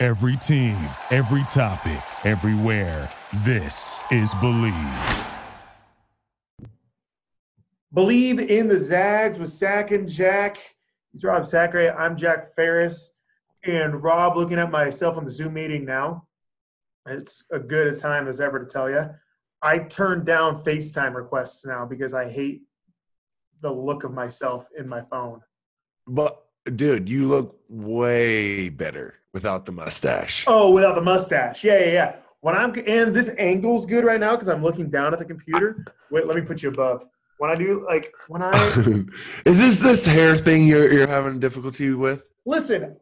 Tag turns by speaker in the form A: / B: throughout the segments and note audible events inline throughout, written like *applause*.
A: Every team, every topic, everywhere. This is Believe. *laughs*
B: Believe in the Zags with Sack and Jack. He's Rob Sacre. I'm Jack Ferris. And Rob, looking at myself on the Zoom meeting now, it's a good a time as ever to tell you. I turn down FaceTime requests now because I hate the look of myself in my phone.
C: But dude, you look way better without the mustache.
B: Oh, without the mustache. Yeah, yeah, yeah. When I'm and this angle's good right now because I'm looking down at the computer. Wait, let me put you above. When I do like when I
C: *laughs* is this this hair thing you're you're having difficulty with?
B: listen,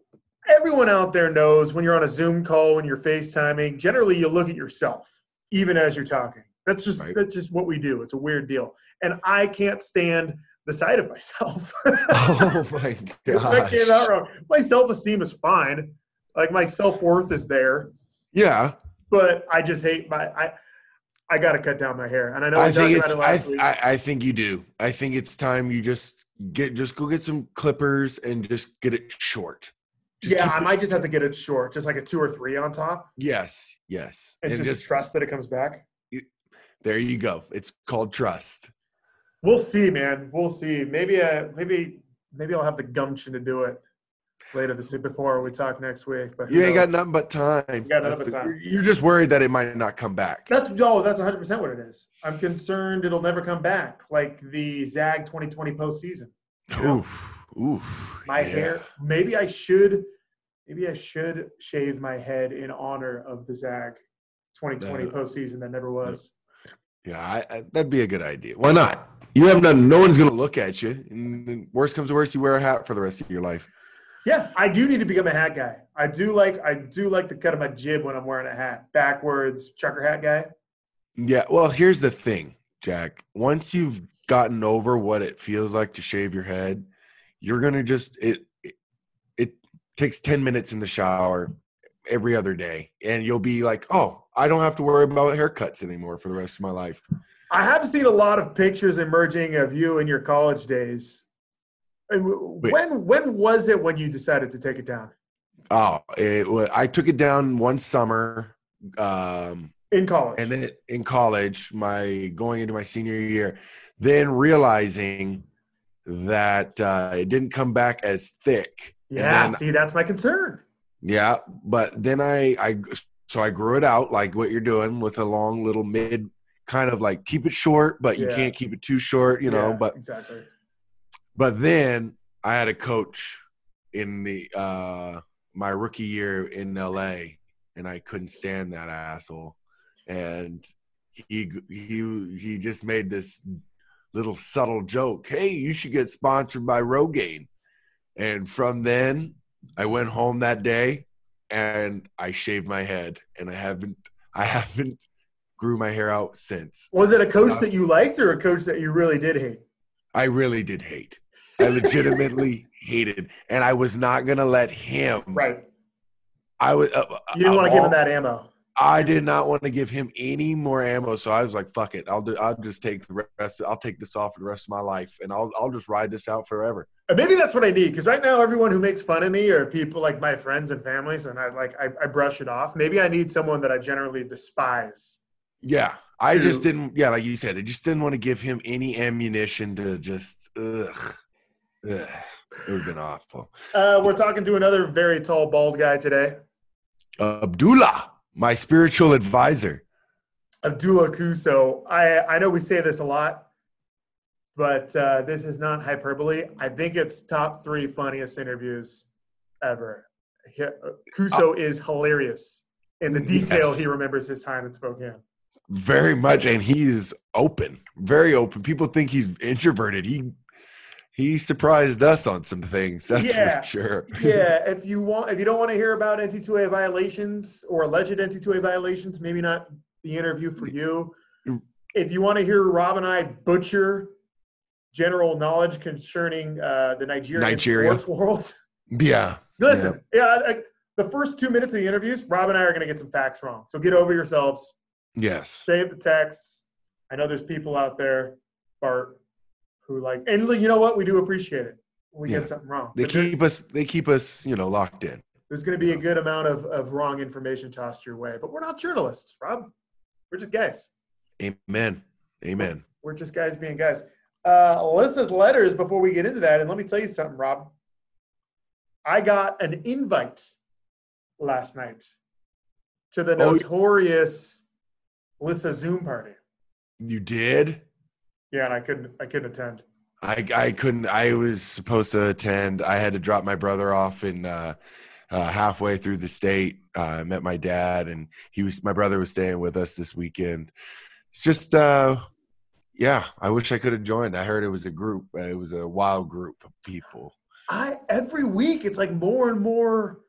B: everyone out there knows when you're on a Zoom call, when you're FaceTiming, generally you look at yourself even as you're talking. That's just
C: Right.
B: that's just what we do. It's a weird deal. And I can't stand the sight of myself. *laughs*
C: oh my *laughs*
B: that came out
C: god!
B: wrong. My self esteem is fine. Like my self worth is there,
C: Yeah,
B: but I just hate my I. I got to cut down my hair, and I know we
C: I
B: talked
C: think
B: about
C: it's.
B: it
C: I,
B: last week.
C: I I think you do. I think it's time you just get just go get some clippers and just get it short. Just
B: yeah,
C: keep
B: I
C: it-
B: might just have to get it short, just like a two or three on top,
C: Yes, yes,
B: and, just, trust that it comes back.
C: there you go. It's called trust.
B: We'll see, man. We'll see. Maybe, uh, maybe, maybe I'll have the gumption to do it later this before we talk next week. But who
C: You ain't got
B: knows?
C: nothing but time. You
B: got nothing but time.
C: You're just worried that it might not come back.
B: That's no, that's 100 percent what it is. I'm concerned it'll never come back, like the Zag 2020 postseason.
C: Oof, oof.
B: my
C: yeah.
B: hair. Maybe I should, maybe I should shave my head in honor of the Zag 2020
C: No.
B: postseason that never was.
C: Yeah, I, I, that'd be a good idea. Why not? You have none. No one's gonna look at you. And then worst comes to worst, you wear a hat for the rest of your life.
B: Yeah, I do need to become a hat guy. I do like, I do like the cut of my jib when I'm wearing a hat, backwards trucker hat guy.
C: Yeah. Well, here's the thing, Jack. Once you've gotten over what it feels like to shave your head, you're gonna just it. It, it takes ten minutes in the shower every other day, and you'll be like, "Oh, I don't have to worry about haircuts anymore for the rest of my life."
B: I have seen a lot of pictures emerging of you in your college days. And w-
C: Wait.
B: When when was it when you decided to take it down
C: Oh, it, wa- I took it down one summer. Um,
B: in college?
C: and then in college my going into my senior year then realizing that uh, it didn't come back as thick
B: yeah,
C: and then-
B: see, that's my concern.
C: yeah but then i i so i grew it out like what you're doing with a long little mid kind of like keep it short but you
B: Yeah.
C: can't keep it too short you know
B: Yeah,
C: but
B: exactly.
C: but then i had a coach in the uh my rookie year in la and i couldn't stand that asshole and he he he just made this little subtle joke hey you should get sponsored by rogaine and from then i went home that day and i shaved my head and i haven't i *laughs* haven't grew my hair out since
B: Was it a coach
C: Uh,
B: that you liked or a coach that you really did hate?
C: I really did hate. I legitimately hated, and I was not gonna let him.
B: Right.
C: I was. Uh,
B: You didn't
C: um, of
B: want to give
C: all-
B: him that ammo.
C: I did not want to give him any more ammo, so I was like, "Fuck it. I'll do. I'll just take the rest. I'll take this off for the rest of my life, and I'll I'll just ride this out forever."
B: And maybe that's what I need because right now everyone who makes fun of me are people like my friends and families, and I like I, I brush it off. Maybe I need someone that I generally despise.
C: Yeah, I just
B: True.
C: didn't. Yeah, like you said, I just didn't want to give him any ammunition to just. Ugh, ugh. It would have been awful.
B: Uh, we're talking to another very tall, bald guy today,
C: Abdullah, my spiritual advisor.
B: Abdullah Kuso. I I know we say this a lot, but uh, this is not hyperbole. I think it's top three funniest interviews ever. He- Kuso is hilarious in the detail
C: Yes.
B: he remembers his time in Spokane.
C: Very much, and he is open, very open. People think he's introverted. He He surprised us on some things, *laughs* that's
B: Yeah.
C: for sure.
B: yeah, if you want, if you don't want to hear about NC2A violations or alleged NC2A violations, maybe not the interview for you. If you want to hear Rob and I butcher general knowledge concerning uh, the Nigerian
C: Nigeria.
B: sports world,
C: *laughs*
B: *laughs*
C: yeah.
B: listen, yeah, like, the first two minutes of the interviews, Rob and I are going to get some facts wrong. So get over yourselves.
C: Yes.
B: Save the texts. I know there's people out there, Bart, who like, and you know what? We do appreciate it. when We
C: Yeah.
B: get something wrong.
C: They
B: But there-
C: keep us they keep us, you know, locked in.
B: there's going to be a good amount of, of wrong information tossed your way. But we're not journalists, Rob. We're just guys.
C: Amen. Amen.
B: We're just guys being guys. Uh, Alyssa's letters before we get into that. And let me tell you something, Rob. I got an invite last night to the
C: Oh.
B: notorious Alyssa Zoom party.
C: You did?
B: Yeah, and I couldn't I couldn't attend.
C: I I couldn't. I was supposed to attend. I had to drop my brother off in uh, uh, halfway through the state. Uh, I met my dad, and he was my brother was staying with us this weekend. It's just, uh, yeah. I wish I could have joined. I heard it was a group. Uh, it was a wild group of people.
B: I every week it's like more and more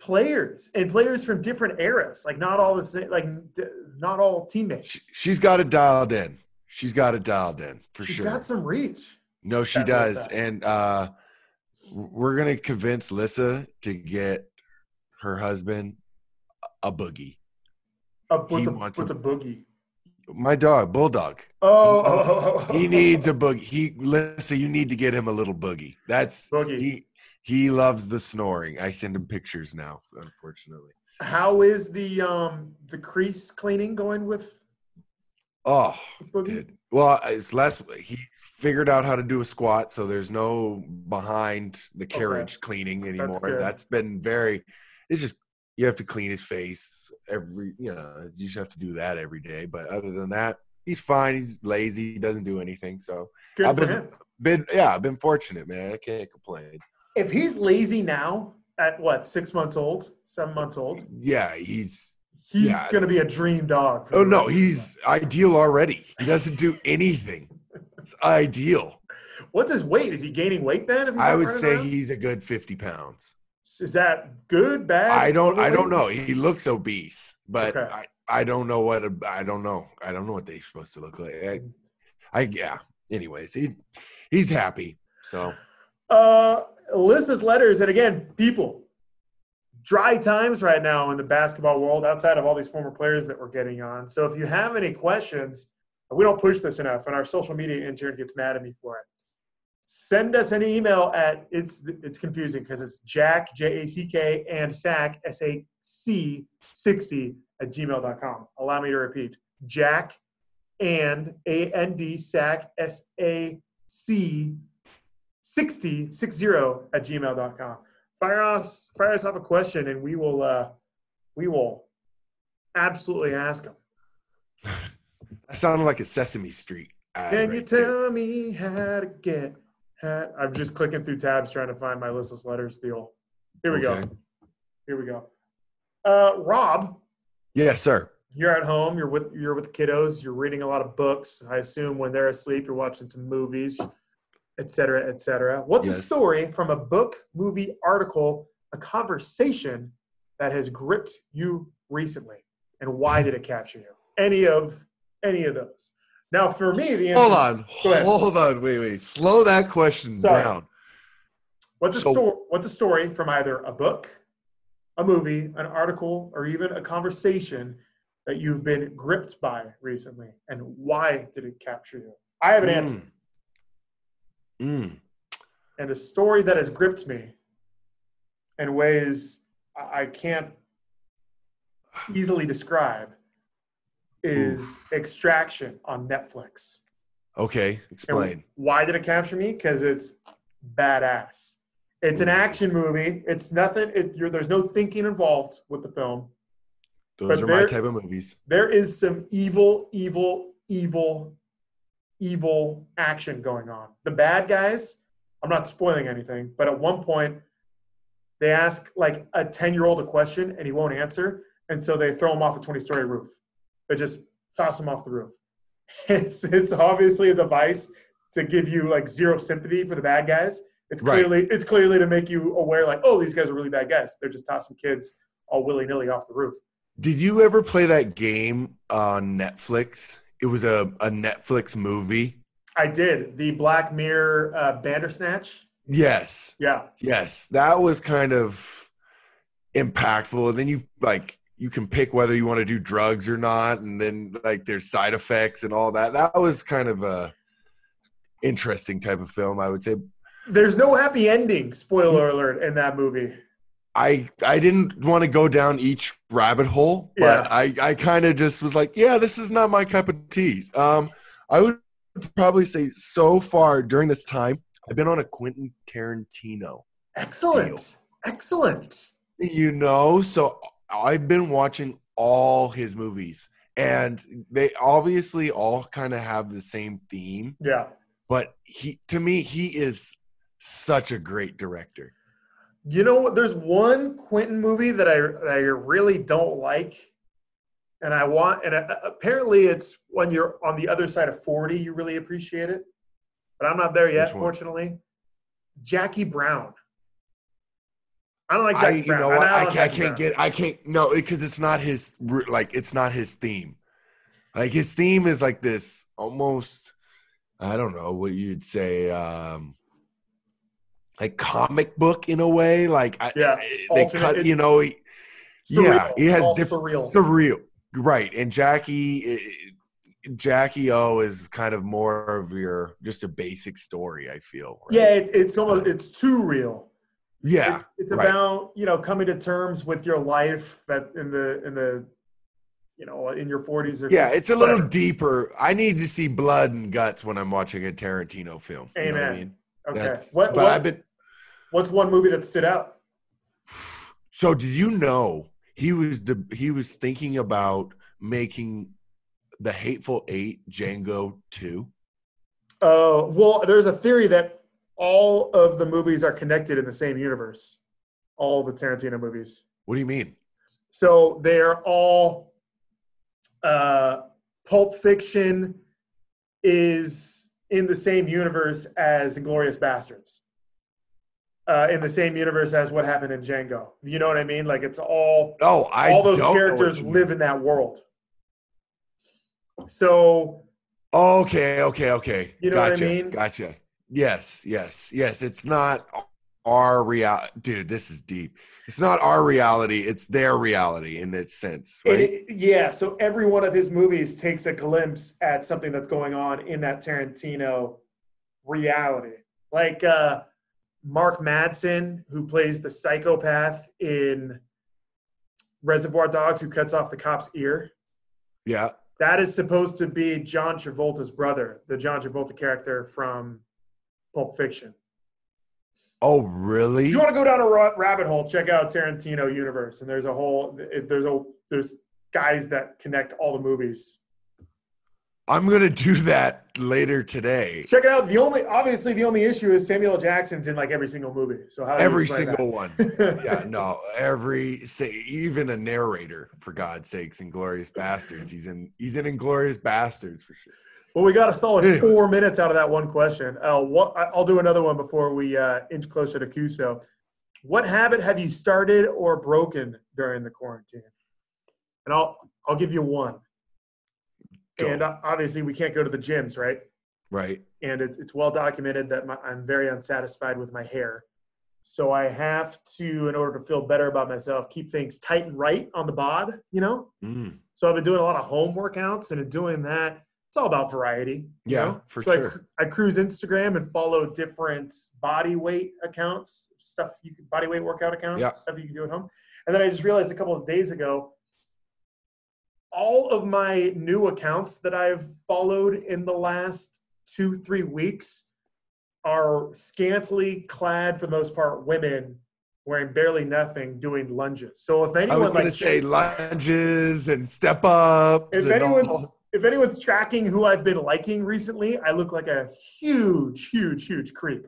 B: players and players from different eras. Like not all the same. Like d- not all
C: She,
B: teammates.
C: she's got it dialed in. She's got it dialed in for
B: She's
C: sure.
B: got some reach.
C: No, she
B: That
C: does.
B: Lissa.
C: And uh, we're going to convince Lissa to get her husband a boogie.
B: A, what's,
C: He
B: Uh, a,
C: wants
B: what's
C: a-
B: a boogie?
C: My dog, Bulldog.
B: Oh, oh, oh, oh, *laughs*
C: He
B: oh.
C: needs a boogie. He Lissa, you need to get him a little boogie. That's
B: Boogie.
C: he he loves the snoring. I send him pictures now, unfortunately.
B: How is the um the crease cleaning going with
C: Oh,
B: boogie?
C: dude. Well, it's less he figured out how to do a squat, so there's no behind the carriage cleaning anymore.
B: good.
C: That's been very it's just you have to clean his face every you know, you just have to do that every day. But other than that, he's fine. He's lazy, he doesn't do anything. So
B: Good
C: I've
B: for
C: been-
B: him.
C: been yeah, I've been fortunate, man. I can't complain.
B: If he's lazy now at what six months old, seven months old,
C: Yeah, he's.
B: he's
C: Yeah.
B: gonna be a dream dog. for
C: Oh
B: the
C: no,
B: rest of his
C: he's ideal already. He doesn't do anything. It's ideal.
B: life. What's his weight? Is he gaining weight then? If he's
C: I
B: not
C: would
B: running
C: say
B: around?
C: he's a good fifty pounds.
B: is that good, bad?
C: I don't. I don't
B: overweight?
C: know. He looks obese, but
B: Okay.
C: I. I don't know what. a- I don't know. I don't know what they're supposed to look like. I. I yeah. Anyways, he. He's happy. So *laughs*
B: Uh, Alyssa's letters, and again, people. Dry times right now in the basketball world outside of all these former players that we're getting on. So if you have any questions, we don't push this enough, and our social media intern gets mad at me for it. Send us an email at it's it's confusing because it's Jack J A C K and Sack S A C sixty at gmail.com. Allow me to repeat. Jack and A N D Sack S A C 60, 60 at gmail.com. Fire us, fire us off a question and we will, uh, we will absolutely ask them.
C: that sounded like a Sesame Street. ad
B: Can you
C: right there.
B: tell me how to get, how, I'm just clicking through tabs trying to find my listless letters deal. Here we
C: Okay.
B: go. Here we go. Uh, Rob,
C: Yes, sir.
B: you're at home, you're with, you're with the kiddos, you're reading a lot of books. I assume when they're asleep, you're watching some movies, et cetera, et cetera. What's a
C: Yes.
B: story from a book, movie, article, a conversation that has gripped you recently? And why did it capture you? Any of any of those. Now for me, the answer
C: Hold
B: is-
C: on.
B: Go ahead.
C: Hold on. Wait. Wait. Slow that question
B: Sorry.
C: down.
B: What's a
C: So-
B: story? What's a story from either a book, a movie, an article, or even a conversation that you've been gripped by recently, and why did it capture you? I
C: Hmm.
B: have an answer,
C: Mm. Mm.
B: and a story that has gripped me in ways I I can't easily describe is Extraction on Netflix.
C: Okay, explain.
B: And why did it capture me? Because it's badass. It's an action movie. It's nothing. It, you're, there's no thinking involved with the film.
C: Those
B: but
C: are my
B: there-
C: type of movies.
B: There is some evil, evil, evil, evil action going on. The bad guys. I'm not spoiling anything, but at one point, they ask like a 10 year old a question and he won't answer, and so they throw him off a 20 story *laughs* roof. They just toss him off the roof. It's it's obviously a device to give you like zero sympathy for the bad guys. It's
C: Right.
B: clearly it's clearly to make you aware, like, oh, these guys are really bad guys. They're just tossing kids all willy nilly off the roof.
C: Did you ever play that game on Netflix? It was a, a Netflix movie.
B: I did the Black Mirror uh, Bandersnatch.
C: Yes,
B: Yeah,
C: yes, that was kind of impactful. And then you like you can pick whether you want to do drugs or not, and then like there's side effects and all that. That was kind of a interesting type of film, I would say.
B: there's no happy ending. Spoiler
C: Mm.
B: alert in that movie.
C: I I didn't want to go down each rabbit hole, but
B: Yeah.
C: I I kind of just was like, yeah, this is not my cup of tea. Um, I would probably say so far during this time, I've been on a Quentin Tarantino.
B: Excellent, excellent.
C: You know, so I've been watching all his movies, and they obviously all kind of have the same theme.
B: Yeah,
C: But he, to me, he is such a great director.
B: you know what? There's one Quentin movie that I that I really don't like, and I want. And uh, apparently, it's when you're on the other side of forty, you really appreciate it. But I'm not there yet,
C: Which one?
B: fortunately. Jackie Brown. I don't like
C: I,
B: Jackie
C: you
B: Brown.
C: know what?
B: don't
C: I,
B: like
C: ca- I
B: Jackie
C: can't
B: Brown.
C: get. I can't. No, because it's not his. r- Like it's not his theme. Like his theme is like this almost. I don't know what you'd say. Um, like comic book in a way. Like I,
B: Yeah,
C: I- they
B: alternate-
C: cut. You know. He, yeah,
B: Surreal.
C: he has
B: All
C: different
B: surreal.
C: surreal. Right, and Jackie. eh, Jackie O is kind of more of your just a basic story. I feel. right?
B: Yeah, it, it's almost it's too real.
C: Yeah.
B: it's, it's
C: right.
B: about you know coming to terms with your life that in the in the you know in your 40s or
C: Yeah, it's a little
B: whatever.
C: deeper. I need to see blood and guts when I'm watching a Tarantino film. You know what I
B: Amen.
C: mean?
B: okay
C: That's-
B: what,
C: but
B: what-
C: I've been.
B: what's one movie that stood out
C: So, do you know he was the he was thinking about making the Hateful Eight Django two?
B: oh well there's a theory that all of the movies are connected in the same universe all the tarantino movies
C: What do you mean?
B: so they're all uh pulp fiction is in the same universe as Inglorious Bastards, uh, in the same universe as what happened in Django. You know what I mean? Like it's all
C: Oh, I
B: all those
C: don't know what
B: characters
C: you mean.
B: live in that world. So
C: Okay, okay, okay.
B: You know what I
C: gotcha,
B: mean?
C: Gotcha. Yes, yes, yes. It's not our reality, dude. This is deep. It's not our reality. It's their reality in its sense, right?
B: it, yeah, so every one of his movies takes a glimpse at something that's going on in that Tarantino reality. Like uh, Mark Madsen, who plays the psychopath in Reservoir Dogs, who cuts off the cop's ear.
C: yeah.
B: That is supposed to be John Travolta's brother, the John Travolta character from Pulp Fiction.
C: Oh, really?
B: If you want to go down a ra- rabbit hole, check out Tarantino Universe, and there's a whole there's a there's guys that connect all the movies.
C: I'm gonna do that later today.
B: Check it out. The only obviously the only issue is Samuel L. Jackson's in like every single movie. So how do you
C: Every
B: explain
C: single one.
B: *laughs* that?
C: Yeah, no, every say even a narrator for God's sakes, Inglorious Bastards. He's in he's in Inglorious Bastards for sure.
B: Well, we got a solid
C: Anyway.
B: four minutes out of that one question. Uh, what, I- I'll do another one before we uh, inch closer to Cuso. What habit have you started or broken during the quarantine? And I'll I'll give you one.
C: Go.
B: And uh, obviously, we can't go to the gyms, right?
C: Right.
B: and it, it's well documented that my, I'm very unsatisfied with my hair. So I have to, in order to feel better about myself, keep things tight and right on the bod, you know?
C: Mm,
B: So I've been doing a lot of home workouts, and in doing that, it's all about variety. you
C: Yeah,
B: know?
C: for
B: so I
C: sure.
B: cr- I, cruise Instagram and follow different body weight accounts, stuff you can, body weight workout accounts,
C: Yeah.
B: stuff you can do at home. And then I just realized a couple of days ago, all of my new accounts that I've followed in the last two, three weeks are scantily clad, for the most part, women wearing barely nothing doing lunges. So if anyone
C: I was gonna
B: like,
C: say lunges and step ups.
B: if
C: and all-
B: anyone's if anyone's tracking who I've been liking recently, I look like a huge, huge, huge creep.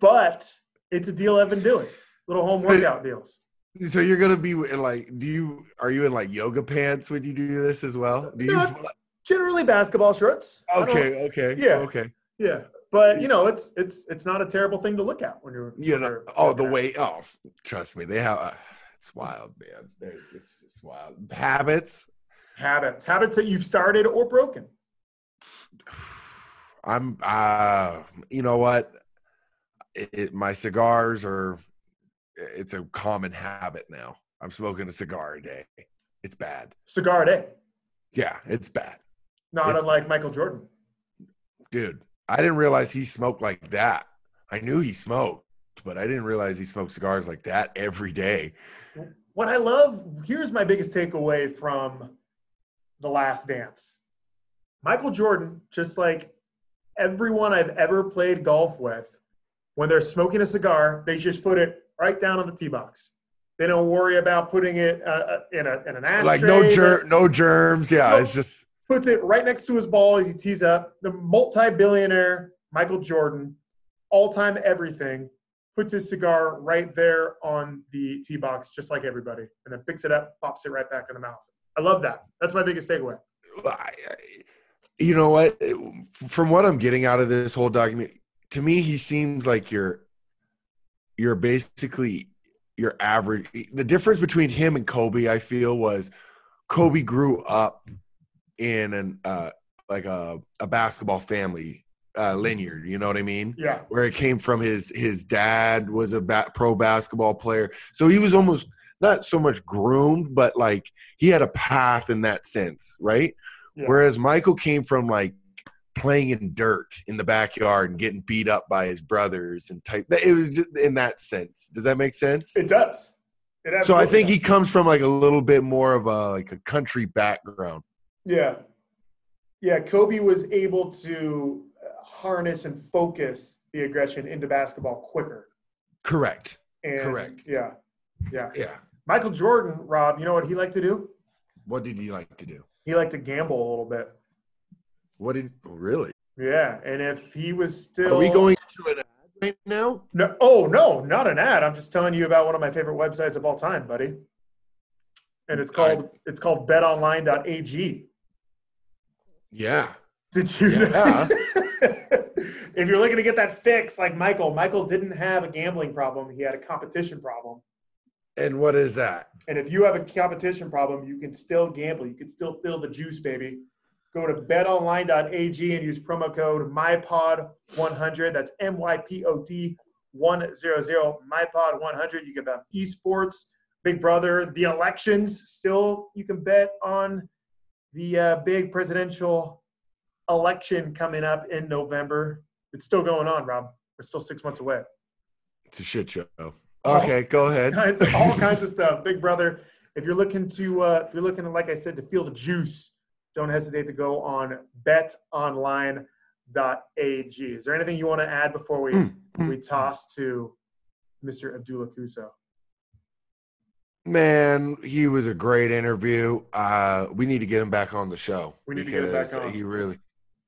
B: But it's a deal I've been doing. Little home workout deals.
C: *laughs* so you're gonna be in like do you are you in like yoga pants when you do this as well? Do you
B: No. generally basketball shorts. I don't-
C: Okay, okay,
B: Yeah.
C: okay.
B: Yeah, but you know, it's it's it's not a terrible thing to look at when you're.
C: You
B: when
C: know,
B: you're
C: oh, the
B: working out.
C: way, oh, f- trust me, they have, uh, it's wild, man. There's, it's, it's wild. Habits.
B: habits habits that you've started or broken.
C: I'm, uh, you know what? It, it, my cigars are, it's a common habit now. I'm smoking a cigar a day. It's bad.
B: Cigar a day,
C: Yeah, it's bad.
B: not
C: It's-
B: unlike Michael Jordan.
C: Dude, I didn't realize he smoked like that. I knew he smoked, but I didn't realize he smoked cigars like that every day.
B: What I love here's my biggest takeaway from the Last Dance. Michael Jordan, just like everyone I've ever played golf with, when they're smoking a cigar, they just put it right down on the tee box. They don't worry about putting it uh, uh, in a in an ashtray.
C: like no
B: They-
C: germ, no germs. Yeah,
B: No.
C: it's just
B: puts it right next to his ball as he tees up. The multi-billionaire Michael Jordan, all-time everything, puts his cigar right there on the tee box, just like everybody, and then picks it up, pops it right back in the mouth. I love that. That's my biggest takeaway.
C: I- I- you know what? From what I'm getting out of this whole document, to me, he seems like you're you're basically your average. The difference between him and Kobe, I feel, was Kobe grew up in an uh, like a a basketball family uh, linear. You know what I mean?
B: Yeah,
C: where it came from. His his dad was a ba- pro basketball player, so he was almost not so much groomed, but like he had a path in that sense, right?
B: Yeah.
C: Whereas Michael came from like playing in dirt in the backyard and getting beat up by his brothers and type. It was just in that sense. Does that make sense?
B: it does. It
C: So I
B: absolutely
C: think he
B: does.
C: comes from like a little bit more of a like a country background.
B: Yeah, yeah. Kobe was able to uh, harness and focus the aggression into basketball quicker.
C: Correct.
B: And
C: Correct.
B: Yeah, yeah.
C: Yeah.
B: Michael Jordan, Rob, you know what he liked to do?
C: What did he like to do?
B: He liked to gamble a little bit.
C: What did oh, really?
B: Yeah, and if he was still
C: Are we going into an ad right now?
B: No, oh no, not an ad. I'm just telling you about one of my favorite websites of all time, buddy. And it's
C: All right.
B: called it's called BetOnline.ag.
C: Yeah.
B: Did you? Know?
C: Yeah.
B: *laughs* if you're looking to get that fixed, like Michael, Michael didn't have a gambling problem. He had a competition problem.
C: And what is that?
B: And if you have a competition problem, you can still gamble. You can still feel the juice, baby. Go to betonline.ag and use promo code MyPod100. That's M Y P O D 100. MyPod100. You can bet esports, Big Brother, the elections. Still, you can bet on the uh, big presidential election coming up in November. It's still going on, Rob. We're still six months away.
C: It's a shit show. Okay, go
B: *laughs*
C: ahead.
B: kinds of, all kinds of stuff. Big Brother. If you're looking to, uh, if you're looking, like I said, to feel the juice, don't hesitate to go on betonline.ag. Is there anything you want to add before we
C: Mm, *clears throat*
B: we toss to Mr. Abdullah Kuso?
C: Man, he was a great interview. Uh, we need to get him back on the show.
B: We need to get him back
C: because
B: on.
C: He really,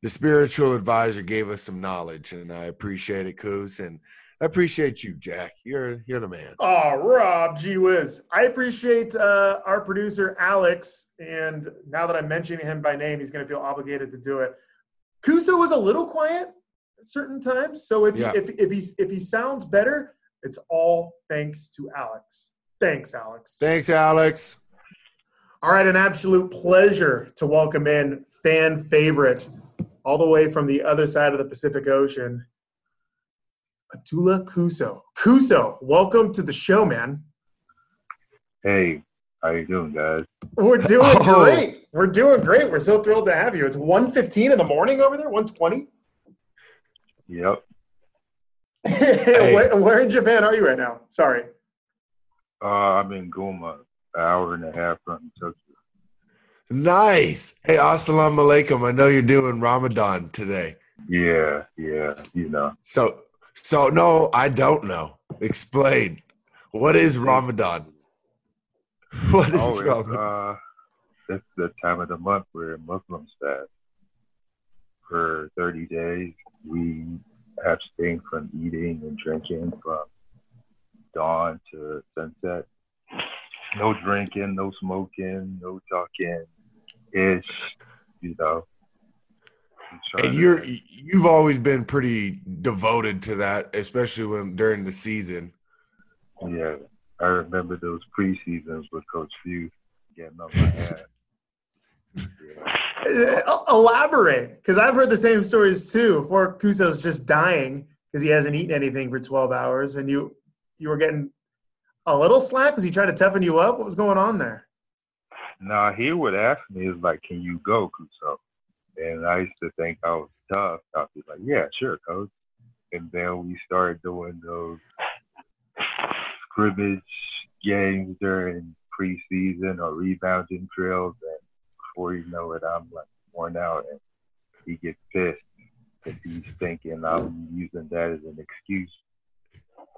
C: the spiritual advisor gave us some knowledge, and I appreciate it, Coos, and I appreciate you, Jack. You're you're the man.
B: Oh, Rob, gee whiz. I appreciate uh, our producer, Alex. And now that I'm mentioning him by name, he's going to feel obligated to do it. Kuso was a little quiet at certain times. So if,
C: Yeah.
B: he, if, if, he's, if he sounds better, it's all thanks to Alex. Thanks, Alex.
C: Thanks, Alex.
B: All right, an absolute pleasure to welcome in fan favorite, all the way from the other side of the Pacific Ocean, Abdullah Kuso. Kuso, welcome to the show, man.
D: Hey, how you doing, guys?
B: We're doing *laughs*
C: Oh.
B: great. We're doing great. We're so thrilled to have you. It's 1.15 in the morning over there, *laughs* 1.20?
D: Yep.
B: where, where in Japan are you right now? Sorry.
D: Uh, I'm in Guma, an hour and a half from Tokyo.
C: Nice. Hey, assalamu alaikum. I know you're doing Ramadan today.
D: Yeah, yeah,
C: *laughs*
D: you know.
C: So, so no, I don't know. Explain. What is Ramadan? *laughs* What is
D: Oh, it's,
C: Ramadan?
D: uh, that's the time of the month where Muslims fast for 30 days. We abstain from eating and drinking from dawn to sunset. No drinking, no smoking, no talking. Ish. you know. I'm trying
C: And
D: to-
C: you're you've always been pretty devoted to that, especially when during the *laughs* season.
D: Yeah, I remember those preseasons with Coach Few getting on my ass. Yeah.
B: Uh, Elaborate, because I've heard the same stories too. Poor Cuso's just dying because he hasn't eaten anything for 12 hours, and you you were getting a little slack. Was he trying to toughen you up? What was going on there?
D: Now he would ask me, "Is like, can you go, Kuso?" And I used to think I was tough. I'd be like, "Yeah, sure, coach." And then we started doing those scrimmage games during preseason or rebounding drills, and before you know it, I'm like worn out, and he gets pissed because he's thinking I'm using that as an excuse.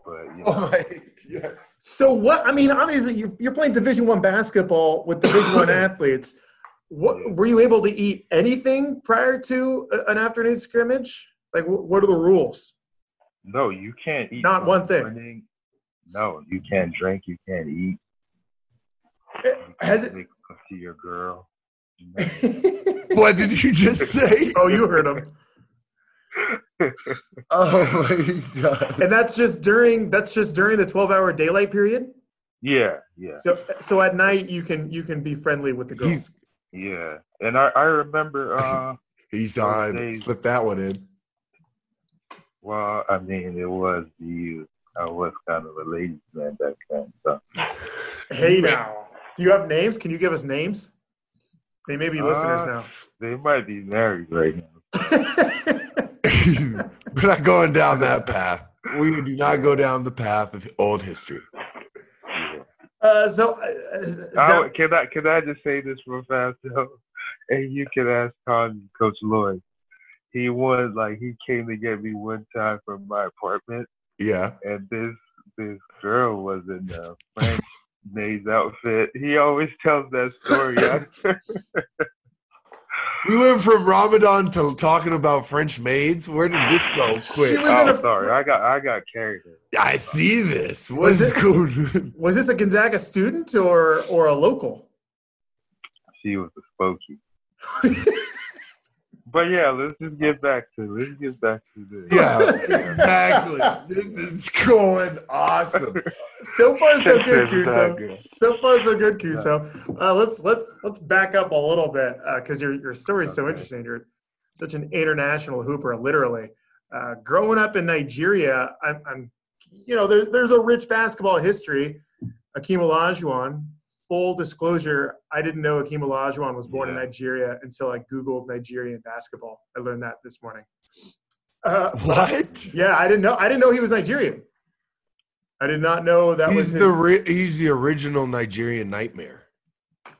D: But you know,
C: Oh my yes.
B: So what? I mean, obviously you're, you're playing Division One basketball with Division
D: *coughs*
B: One athletes. What
D: Yeah.
B: were you able to eat anything prior to a- an afternoon scrimmage? Like, wh- what are the rules?
D: No, you can't eat.
B: Not
D: from
B: one thing.
D: morning. No, you can't drink. You can't eat.
B: Eh,
D: You can't
B: *clears throat*
D: *laughs*
B: Has it?
D: make love to your girl. *laughs*
C: What did you *laughs* just say?
B: oh, you heard him.
C: Oh my god.
B: And that's just during that's just during the 12-hour daylight period.
D: Yeah, yeah,
B: So so at night you can you can be friendly with the girl.
C: He's
D: yeah. And I, I remember.
B: *laughs*
D: Uh,
C: he's on. Slip that one in. *laughs*
D: well, I mean, it was the I was kind of a ladies' man back then, so
B: hey now, do you have names? Can you give us names? They may be listeners
D: Uh,
B: now.
D: they might be married right now.
C: We're not going down that path. We do not go down the path of old history.
D: Yeah.
B: *laughs* uh, so uh, is- is
D: I,
B: that-
D: can I can I just say this real fast *laughs* though? And you can ask Con Coach Lloyd. He was like he came to get me one time from my apartment.
C: Yeah.
D: and this this girl was in
B: *laughs*
D: uh, Frank May's outfit. He always tells that
B: *laughs*
D: story.
C: We went from Ramadan to talking about French maids. Where did this go
B: She
C: quick? Oh,
B: was in
D: I'm
B: a-
D: Oh, sorry, I got I got carried. away.
C: I see this. What is going *laughs* on?
B: was this a Gonzaga student or or a local? *laughs*
D: She was a spokey. But yeah, let's just get back to let's get back to this.
C: Yeah, exactly. this is going awesome.
B: So far,
D: *laughs*
B: so good,
D: That's not
B: Cuso.
D: good.
B: So far, so good, Cuso. Uh, let's let's let's back up a little bit because your your story's so
D: Okay.
B: interesting. You're such an international hooper, literally. Uh, growing up in Nigeria, I'm, I'm you know, there's there's a rich basketball history. Akeem Olajuwon. Full disclosure, I didn't know Akeem Olajuwon was born in
D: Yeah.
B: Nigeria until I googled Nigerian basketball. I learned that this morning. Uh, *laughs*
C: What?
B: yeah, I didn't know. I didn't know he was Nigerian. I did not know that was
C: He's
B: his.
C: the ri- he's the original Nigerian nightmare.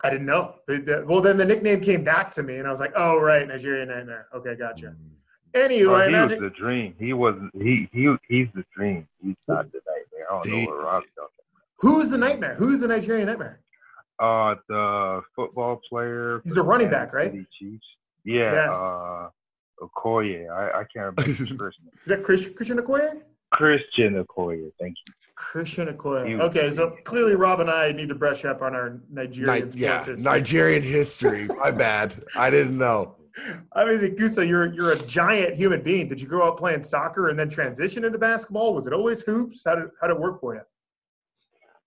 B: I didn't know. They- they- Well, then the nickname came back to me, and I was like, "Oh, right, Nigerian Nightmare." Okay, gotcha.
D: No,
B: Anyway,
D: he was
B: imagine-
D: the dream. He wasn't. He he he's the dream. He's not the nightmare. I don't
C: See-
D: know what Rob's talking.
B: who's the nightmare? Who's the Nigerian Nightmare?
D: Uh, the football player.
B: He's
D: for
B: a running
D: the
B: back, right?
D: Kansas City Chiefs. Yeah.
B: Yes.
D: Uh, Okoye. I, I can't
C: *laughs*
D: remember his first name.
B: Is that Chris, Christian Okoye?
D: Christian Okoye. Thank you.
B: Christian Okoye.
D: You-
B: Okay, so clearly Rob and I need to brush up on our Nigerian
C: Ni-
B: sports
C: yeah,
B: history.
C: Nigerian history.
B: *laughs*
C: My bad. I didn't know.
B: Obviously, Gusa, you're you're a giant human being. Did you grow up playing soccer and then transition into basketball? Was it always hoops? How did how did it work for you?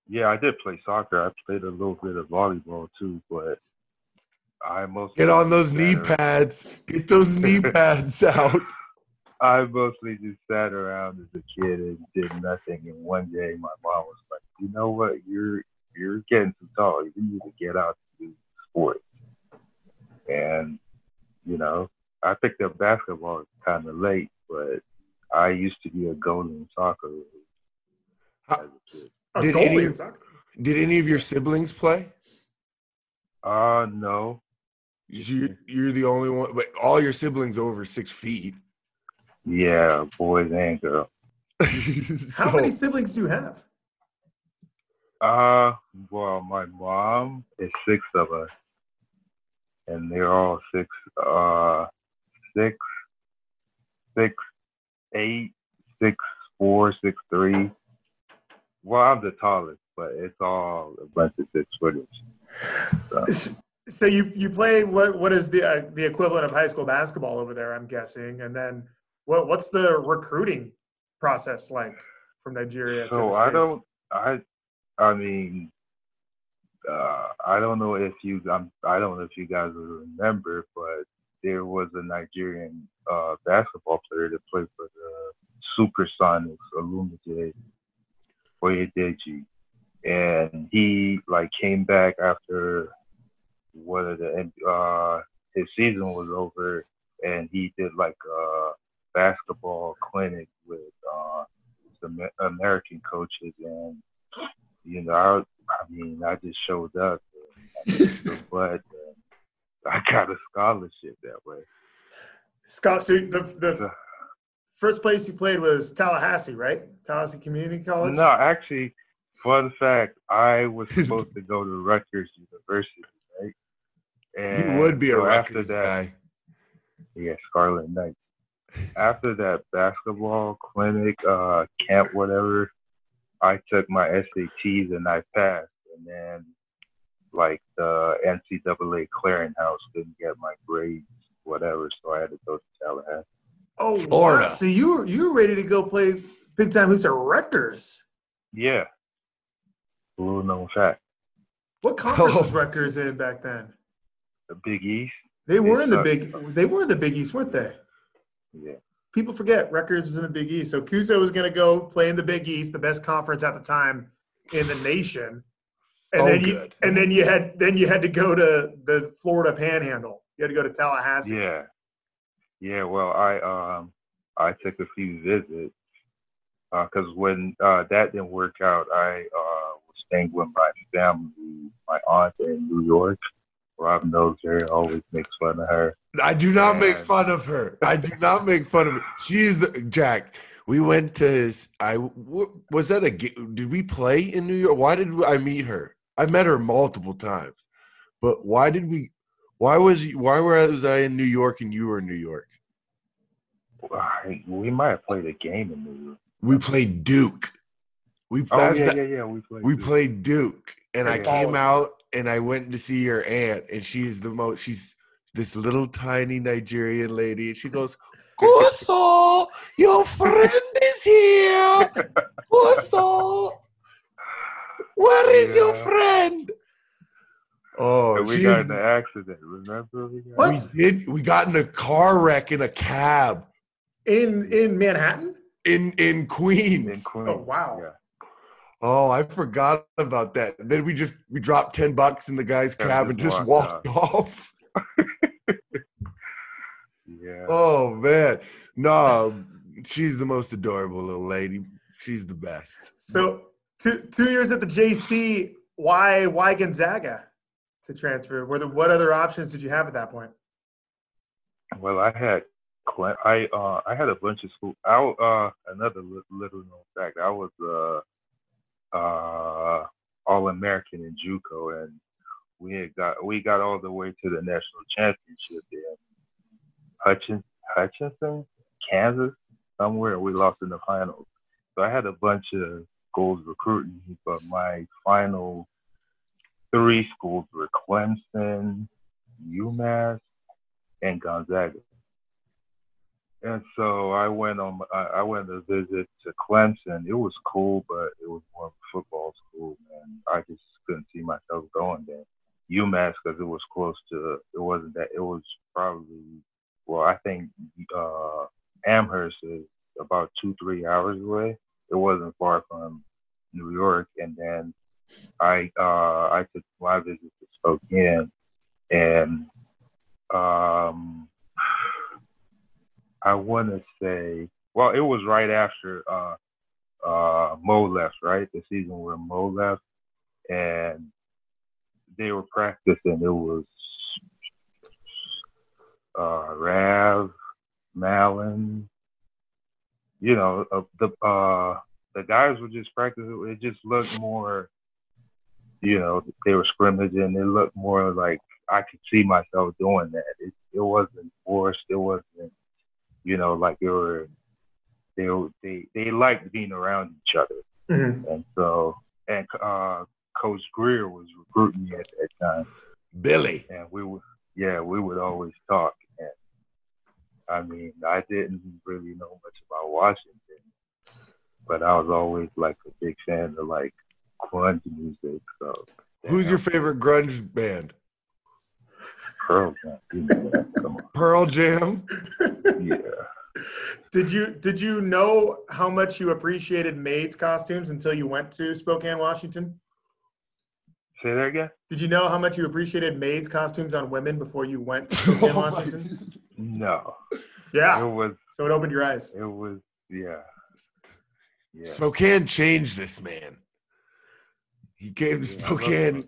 D: Yeah, I did play soccer. I played a little bit of volleyball too, but I mostly
C: Get on those
D: just
C: knee
D: sat ar-
C: pads. Get those
B: *laughs*
C: knee pads out.
D: I mostly just sat around as a kid and did nothing. And one day, my mom was like, "You know what? You're you're getting too tall. You need to get out to do sports." And you know, I picked up basketball kind of late, but I used to be a golden soccer as a kid.
B: A
C: Did
B: goalie
C: any-
B: in soccer.
C: Did any of your siblings play?
D: Uh no,
C: You, you're the only one. But all your siblings are over six feet. *laughs*
D: yeah, boys and girls.
B: How
C: so,
B: many siblings do you have?
D: Uh, well, my mom is six of us, and they're all six, uh, six, six, eight, six, four, six, three. Well, I'm the tallest, but it's all a bunch of six footers.
B: S- So you you play what what is the uh, the equivalent of high school basketball over there? I'm guessing, and then what what's the recruiting process like from Nigeria? to
D: So
B: the
D: I
B: States?
D: don't. I. I mean, uh, I don't know if you. I'm, I don't know if you guys will remember, but there was a Nigerian uh, basketball player that played for the Supersonics, Olumide Oyedeji, and he like came back after one of the uh, his season was over, and he did like a basketball clinic with. Uh, the Ma- American coaches, and you know, I, I mean, I just showed up, but I got a scholarship that way.
B: Scott, so the the first place you played was Tallahassee, right? Tallahassee Community
C: Oh,
B: College.
D: No, actually, fun fact: I
C: *laughs*
D: was supposed to go to Rutgers University, right?
C: you would be a
D: so
C: Rutgers
D: after that,
C: guy.
D: Yeah, Scarlet Knight. After that basketball clinic, uh, camp, whatever, I took my SATs and I passed. And then, like, the NCAA clearinghouse didn't get my grades, whatever, so I had to go to Tallahassee.
B: oh, wow.
C: Florida.
B: So you were you were ready to go play big time hoops at Rutgers?
D: Yeah. Little known fact.
B: What conference *laughs*
C: Oh.
B: was Rutgers in back then?
D: The Big East?
B: They were in the big.
D: Kentucky.
B: They were in the Big East, weren't they?
D: Yeah.
B: People forget Rutgers was in the Big East. So Kuzo was going to go play in the Big East, the best conference at the time in the nation. And
C: Oh,
B: then you,
C: good.
B: and then you had then you had to go to the Florida Panhandle. You had to go to Tallahassee.
D: Yeah. Yeah, well, I um I took a few visits because when uh, that didn't work out, I uh, was staying with my family, my aunt in New York. Rob knows her; always makes fun of her.
C: I do not make
D: Man.
C: fun of her. I do not make fun of her. She is the, Jack. We went to. I w- was that a. ga- Did we play in New York? Why did I meet her? I met her multiple times, but why did we? Why was why was I in New York and you were in New York?
D: I, we might have played a game in New York.
C: We played Duke. We
D: Oh
C: that's
D: yeah,
C: the-
D: yeah, yeah. We played.
C: we
D: Duke.
C: played Duke, and I
D: Yeah.
C: came out and I went to see your aunt, and she is the most. She's this little tiny Nigerian lady, and she goes, "Kuso, your friend is here. Kuso, where is your
D: Yeah.
C: friend?" Oh,
D: And we
C: she's-
D: got in an accident. Remember? We got
B: What?
C: we did. We got in a car wreck in a cab
B: In in Manhattan?
C: in in
D: in
C: Queens.
D: Queens.
B: Oh, wow.
D: Yeah.
C: Oh, I forgot about that. Then we just we dropped ten bucks in the guy's
D: Yeah,
C: cab
D: just
C: and just walked *laughs*
D: walked
C: off.
D: Yeah.
C: Oh man,
D: *laughs*
C: no, she's the most adorable little lady. She's the best.
B: So two two years at the JC. Why why Gonzaga to transfer? Were there, what other options did you have at that point?
D: Well, I had Clint. I uh, I had a bunch of school. I w- uh, another li- little known fact. I was uh, uh, all American in JUCO, and we had got we got all the way to the national championship in Hutchin, Hutchinson, Kansas, somewhere. We lost in the finals. So I had a bunch of schools recruiting me, but my final three schools were Clemson, UMass, and Gonzaga. And so I went on. I I went to visit to Clemson. It was cool, but it was more of a football school, and I just couldn't see myself going there. UMass because it was close to. It wasn't that. It was probably. Well, I think uh, Amherst is about two three hours away. It wasn't far from New York, and then I uh, I took my visit to Spokane, and um, I want to say, well, it was right after uh, uh, Mo left, right? The season where Mo left, and they were practicing. It was uh, Rav, Malin, you know, uh, the uh, the guys were just practicing. It just looked more, you know, they were scrimmaging. It looked more like I could see myself doing that. It, it wasn't forced. It wasn't, you know, like they were, they were, they they liked being around each other. Mm-hmm. And so, and uh, Coach Greer was recruiting me at that time.
C: Billy.
D: and we would yeah we would always talk and i mean i didn't really know much about washington but i was always like a big fan of like grunge music so
C: Who's your favorite grunge band?
D: Pearl Jam, you know, come
C: Pearl Jam.
D: on. yeah
B: Did you did you know how much you appreciated maids costumes until you went to Spokane, Washington?
D: say that again
B: Did you know how much you appreciated maids costumes on women before you went to Spokane, Washington?
D: no it
B: Yeah.
D: was
B: So it opened your eyes.
D: it was yeah yeah
C: Spokane changed this man. He came to
D: Yeah, I love
C: Spokane.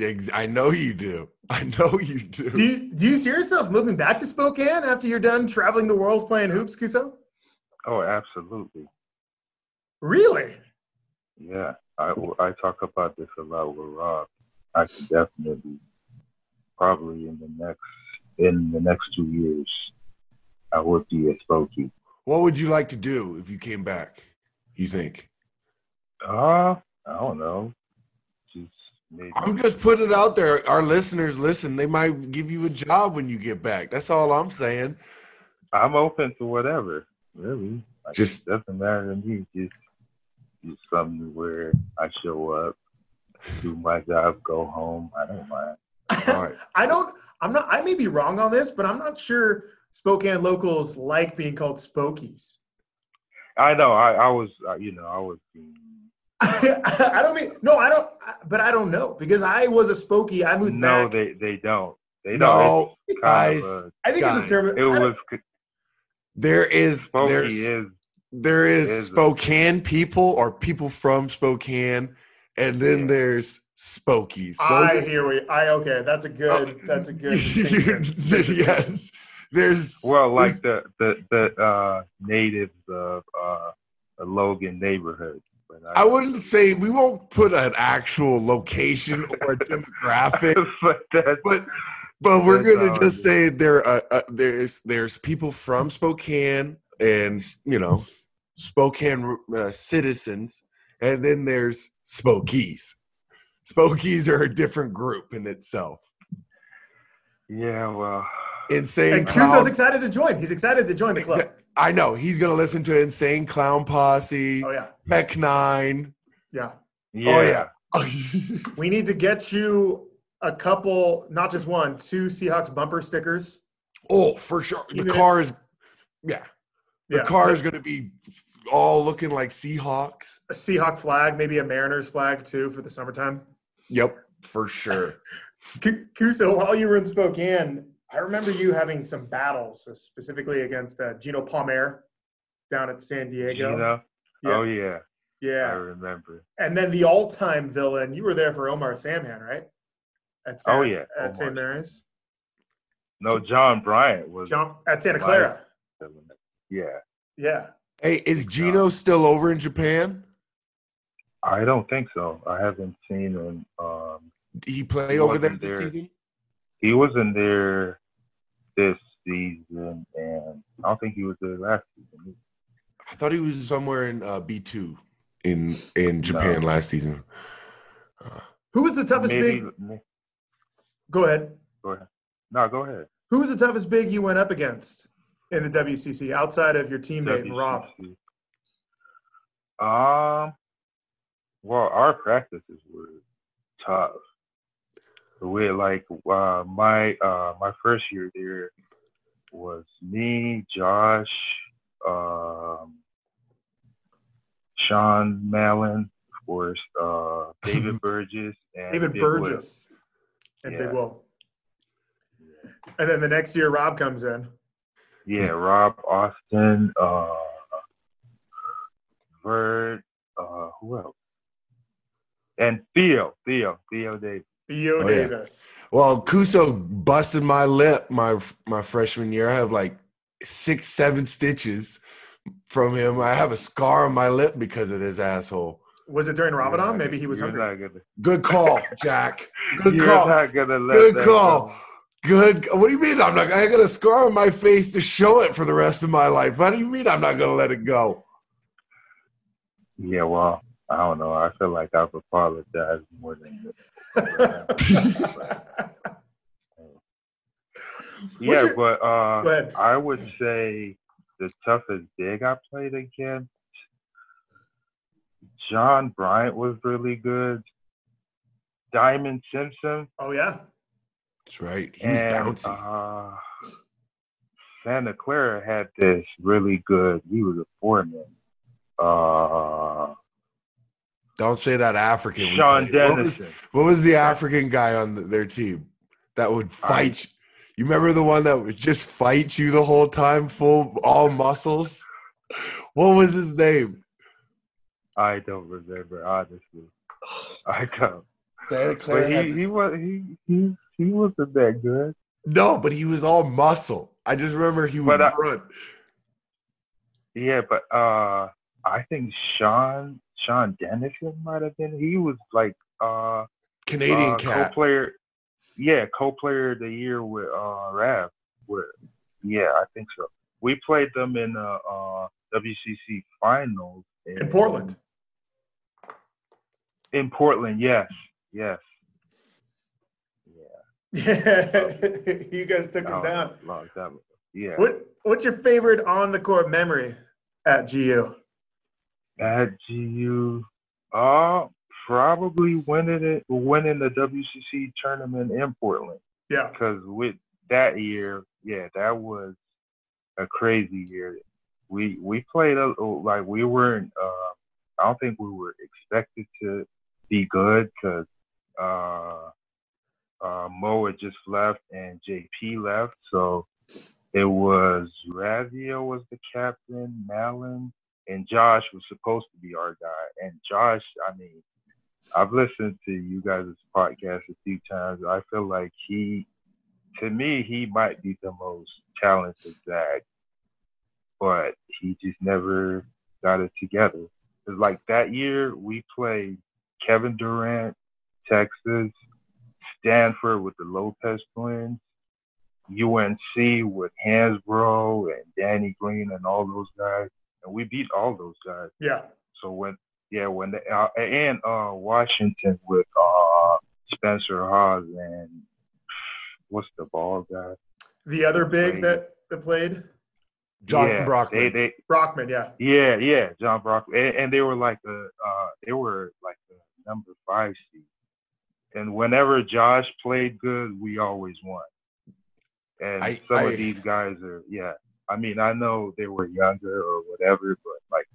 C: Ex- I know you do. I know you do.
B: Do you do you see yourself moving back to Spokane after you're done traveling the world playing hoops, Kuso?
D: oh absolutely
B: Really?
D: Yeah, I, I talk about this a lot with Rob. I could definitely, probably in the next in the next two years, I would be at Spokane.
C: what would you like to do if you came back? You think?
D: Uh, I don't know. Just maybe.
C: I'm just putting it out there. Our listeners listen. They might give you a job when you get back. That's all I'm saying.
D: I'm open to whatever, really. Like,
C: Just-
D: it doesn't matter to me. Just just something where I show up, do my job, go home. I don't mind.
C: All right.
B: *laughs* I don't. I'm not. I may be wrong on this, but I'm not sure Spokane locals like being called Spokies. *laughs*
D: I know. I, I was, uh, you know, I was being
B: I, don't mean no. I don't. I- But I don't know because I was a Spokie. I moved
D: no,
B: back.
D: they they don't. They don't.
C: No,
D: It's kind
C: guys.
D: of a-
B: I think it's
C: guys,
B: a term.
D: it
B: I don't-
D: was
C: There is
D: Spokane
C: there's
D: is
C: there is
D: There's a-
C: Spokane people or people from Spokane, and then
D: Yeah.
C: there's Spokies. Those
B: I
C: are-
B: hear we. I okay. That's a good.
C: Oh,
B: that's a good.
C: *laughs* you-
B: distinction. Good distinction.
C: *laughs* yes, there's
D: well like the the the uh, natives of uh, the Logan neighborhood. But
C: I wouldn't say we won't put an actual location or
D: *laughs*
C: a demographic,
D: *laughs* but that's
C: but but we're
D: That's
C: gonna
D: how I
C: just
D: do
C: say there are uh, there's there's people from Spokane and you know Spokane uh, citizens, and then there's Spokies. Spokies are a different group in itself.
D: yeah. Well,
C: Insane
B: And Kuzo's
C: clown.
B: excited to join. He's excited to join the club.
C: I know he's gonna listen to Insane Clown Posse,
B: Oh yeah,
C: Peck Nine.
B: yeah.
D: yeah.
C: Oh yeah. *laughs*
B: We need to get you a couple, not just one, two Seahawks bumper stickers.
C: oh, for sure. The
B: Even if-
C: car is. Yeah. The
B: Yeah.
C: car is going to be all looking like Seahawks.
B: a Seahawk flag, maybe a Mariners flag too for the summertime.
C: Yep, for sure.
B: K- Kuso, while you were in Spokane, I remember you having some battles, uh, specifically against uh, Gino Palmer down at San Diego.
D: You know?
B: Yeah.
D: Oh yeah. I
B: Yeah,
D: remember.
B: and then the all-time villain. You were there for Omar Samhan, right? At San,
D: Oh, yeah,
B: at
D: Omar.
B: St. Mary's,
D: No, John Bryant was.
B: Jump at Santa
D: Right.
B: Clara.
D: Yeah.
B: Yeah,
C: hey, is Gino still over in Japan?
D: I don't think so. I haven't seen him. Um,
C: Did he play
D: He
C: over there
D: wasn't
C: this
D: there.
C: season?
D: he was in there this season, and I don't think he was there last season.
C: I thought he was somewhere in uh, B two in in Japan last season. Uh,
B: who was the toughest
D: Maybe-
B: big?
D: may-
B: Go ahead.
D: Go ahead. No, go ahead.
B: Who was the toughest big you went up against in the WCC outside of your teammate Rob?
D: WCC. Um, well, our practices were tough. We like uh, my uh, my first year there was me, Josh, um, Sean Mallon, of course,
B: *laughs*
D: uh, David Burgess, and
B: David
D: Big Will.
B: Burgess and
D: Yeah.
B: Big Will. And then the next year, Rob comes in.
D: Yeah, Rob Austin, uh, Verd, uh, who else? And Theo, Theo, Theo Davis.
B: Theo
C: Oh, yeah.
B: Davis.
C: well, Kuso busted my lip my my freshman year. I have like six seven stitches from him. I have a scar on my lip because of this asshole.
B: Was it during
D: You're
B: Ramadan?
D: not-
B: Maybe he was
D: you're
B: hungry.
D: Not gonna,
C: Good
D: *laughs*
C: call, Jack. Good
D: you're
C: call.
D: not gonna let
C: Good
D: that
C: call.
D: go.
C: Good. What do you mean? I'm not. I got a scar on my face to show it for the rest of my life. What do you mean I'm not going to let it go?
D: Yeah, well, I don't know. I feel like I've apologized more than Yeah,
B: your-
D: but
B: *laughs*
D: uh,
B: Go ahead.
D: I would say the toughest they got played against. John Bryant was really good. Diamond Simpson
B: Oh yeah. *laughs*
C: That's right. He was
D: and
C: bouncy.
D: uh, Santa Clara had this really good. He was a foreman. Uh,
C: Don't say that African. we
D: Sean
C: played. What was,
D: Dennison.
C: what was the African guy on the, their team that would fight? you? You remember the one that would just fight you the whole time, full all muscles? What was his
D: *laughs*
C: name?
D: I don't
C: *sighs*
D: remember honestly. I don't.
C: Santa Clara.
D: But
C: had
D: he,
C: this-
D: he was he he he wasn't that good.
C: no, but he was all muscle. I just remember he would
D: But uh, I-
C: grunt.
D: Yeah, but uh, I think Sean Sean Dennison might have been. He was like uh,
C: Canadian
D: uh,
C: cat.
D: co-player. Yeah, co-player of the year with uh, Rav. With yeah, I think so. We played them in the uh, WCC finals uh,
B: In Portland.
D: In Portland, yes, yes. Yeah,
B: Yeah. you guys took him
D: Oh, that
B: down.
D: was a long time ago. Yeah.
B: What What's your favorite on the court memory at GU?
D: At GU, uh, probably winning it, winning the WCC tournament in Portland
B: Yeah.
D: because with that year, yeah, that was a crazy year. We we played a, like we weren't. Uh, I don't think we were expected to be good because uh, uh, Mo had just left and JP left, so it was Ravio was the captain, Malin, and Josh was supposed to be our guy. And Josh, I mean, I've listened to you guys' podcast a few times. I feel like he, to me, he might be the most talented Zach, but he just never got it together. It's like that year we played Kevin Durant, Texas, Stanford with the Lopez twins, UNC with Hansbrough and Danny Green and all those guys, and we beat all those guys.
B: Yeah.
D: So when yeah, when the, uh, and uh, Washington with uh, Spencer Hawes and what's the ball guy?
B: The other big
D: Played.
B: that that played
C: John
D: yeah,
C: Brockman.
D: They, they,
B: Brockman. Yeah.
D: yeah, yeah, John Brock, and, and they were like the uh, they were like the number five seed. And whenever Josh played good, we always won. And
C: I-
D: some
C: I-
D: of these guys are yeah. I mean, I know they were younger or whatever, but like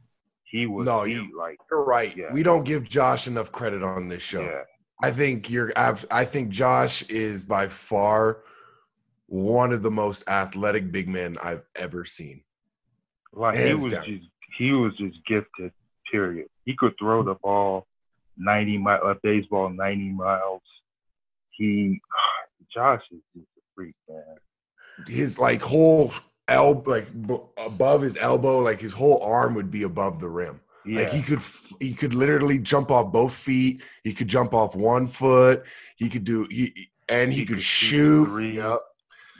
D: he was
C: No,
D: he,
C: you-
D: like
C: You're right.
D: Yeah.
C: We don't give Josh enough credit on this show.
D: yeah.
C: I think you're. abs- I think Josh is by far one of the most athletic big men I've ever seen.
D: Like he
C: Hands
D: was
C: down.
D: just he was just gifted. Period. He could throw the ball ninety mile a baseball ninety miles. He *sighs* Josh is just a freak, man.
C: His like whole elbow, like b- above his elbow, like his whole arm would be above the rim.
D: Yeah,
C: Like he could, f- he could literally jump off both feet. He could jump off one foot. He could do. He and he,
D: He
C: could,
D: could
C: shoot.
D: shoot three.
C: Yep.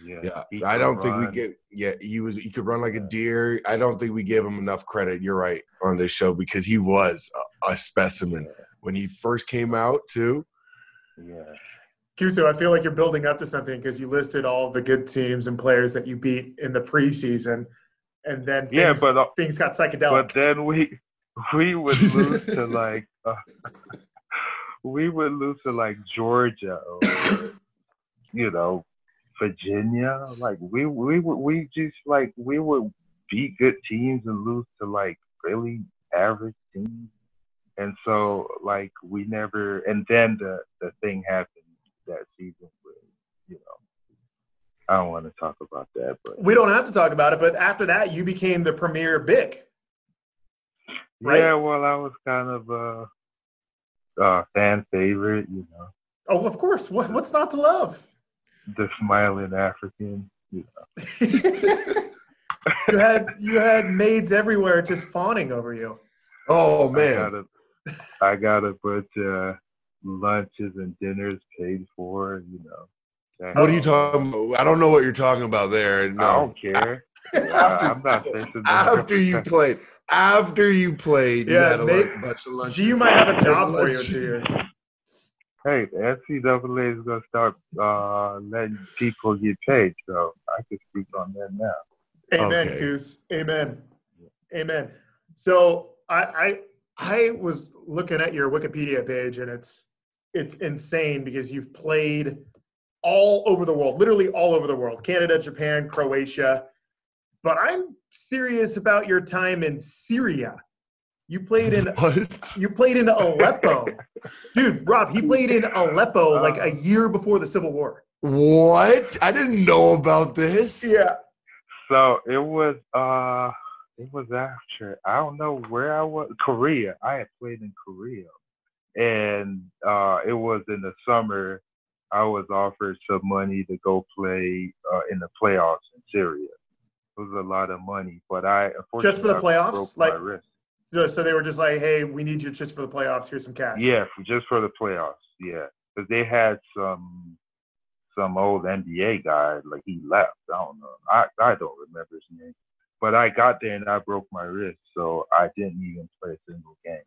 D: yeah.
C: Yeah,
D: he
C: I
D: could
C: don't think
D: run.
C: we get. Yeah, he was. He could run like a
D: Yeah.
C: deer. I don't think we gave him enough credit. You're right on this show because he was a, a specimen when he first came out too.
D: Yeah,
B: Cuso, I feel like you're building up to something because you listed all the good teams and players that you beat in the preseason, and then things,
D: yeah, but uh,
B: things got psychedelic.
D: but then we we would lose to like uh, we would lose to like Georgia or you know Virginia. Like we we would we just like we would beat good teams and lose to like really average teams. And so like we never and then the the thing happened that season with you know I don't want to talk about that but
B: we don't have to talk about it, but after that, you became the premier big. right?
D: Yeah, well, I was kind of a uh, uh, fan favorite, you know,
B: Oh, of course. What, what's not to love? *laughs*
D: the smiling African. You
B: you had you had maids everywhere just fawning over you.
C: Oh
D: know. I
C: man,
D: got a, I got a bunch of lunches and dinners paid for, you know. That-
C: what are you talking? About? I don't know what you're talking about there.
D: I
C: No,
D: don't care.
C: *laughs* After-
D: I, am
C: *laughs*
D: not facing
C: after
D: *laughs*
C: you played, after you played,
B: Yeah,
C: you had a
B: they-
C: lunch, bunch of lunch.
B: Gee, you might have a job for you in
C: lunch.
B: two years.
D: hey, the NCAA is gonna start uh, letting people get paid, so I can speak on that now.
B: Amen,
C: Okay.
B: Coos. Amen. Amen. So I, I I was looking at your Wikipedia page and it's it's insane because you've played all over the world, literally all over the world. Canada, Japan, Croatia. But I'm serious about your time in Syria. You played in
C: *laughs* What?
B: you played in Aleppo. Dude, Rob, he played in Aleppo like a year before the Civil War.
C: What? I didn't know about this.
B: Yeah.
D: So it was uh it was after I don't know where I was Korea. I had played in Korea. And uh it was in the summer I was offered some money to go play uh, in the playoffs in Syria. It was a lot of money, but I unfortunately
B: Just for the
D: I
B: playoffs?
D: broke
B: Like-
D: my wrist.
B: So, so they were just like, hey, we need you just for the playoffs. Here's some cash.
D: Yeah, for, just for the playoffs. Yeah, because they had some some old NBA guy like he left. I don't know. I I don't remember his name. But I got there and I broke my wrist, so I didn't even play a single game.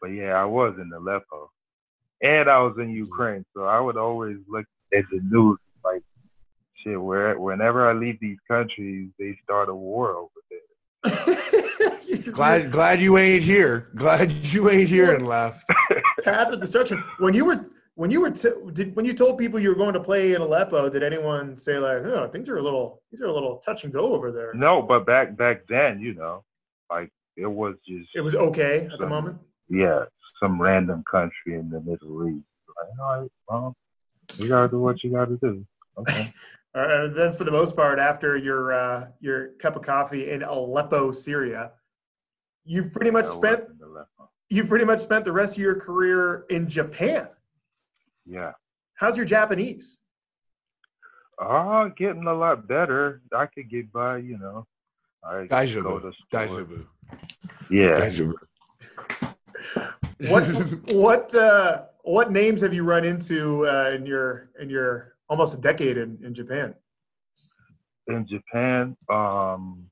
D: But yeah, I was in Aleppo, and I was in Ukraine, so I would always look at the news like, shit. Where whenever I leave these countries, they start a war over there.
B: *laughs*
C: *laughs* Glad, glad you ain't here. Glad you ain't here and left.
B: path of destruction. When you were when you were t- did, when you told people you were going to play in Aleppo, did anyone say like, "Oh, things are a little these are a little touch and go over there"?
D: No, but back back then, you know, like it was just
B: It was okay at the
D: Um,
B: moment.
D: yeah, some random country in the Middle East. Like, all right, well, you gotta do what you gotta do. Okay.
B: Uh, and then, for the most part, after your uh, your cup of coffee in Aleppo, Syria, you've pretty *laughs* much
D: That
B: spent
D: wasn't the left one.
B: you've pretty much spent the rest of your career in Japan.
D: Yeah.
B: How's your Japanese?
D: Oh, getting a lot better. I could get by, you know. I
C: Deja
D: go
C: vu.
D: to
C: Deja
D: store.
C: vu.
D: Yeah.
C: Deja vu.
B: What
D: *laughs*
B: what uh, what names have you run into uh, in your in your almost a decade in, in Japan?
D: In Japan, um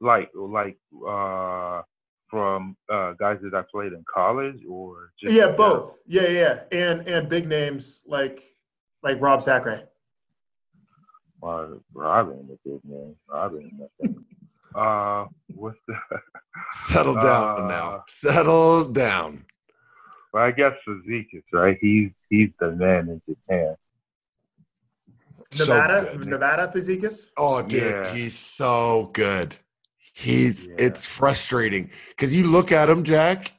D: like like uh from uh guys that I played in college or just uh,
B: yeah,
D: in general?
B: both. Yeah, yeah, yeah. and and big names like like Rob Sacre.
D: Well, Robin a good name. Robin
B: *laughs*
D: nothing. uh what's the
C: *laughs* Settle down
D: Uh,
C: now. Settle down.
D: Well, I guess Fazekas, right? He's he's the man in Japan.
C: So
B: Nevada,
C: good.
B: Nevada Physicus.
C: Oh, dude,
D: Yeah.
C: he's so good. He's
D: Yeah.
C: it's frustrating because you look at him, Jack,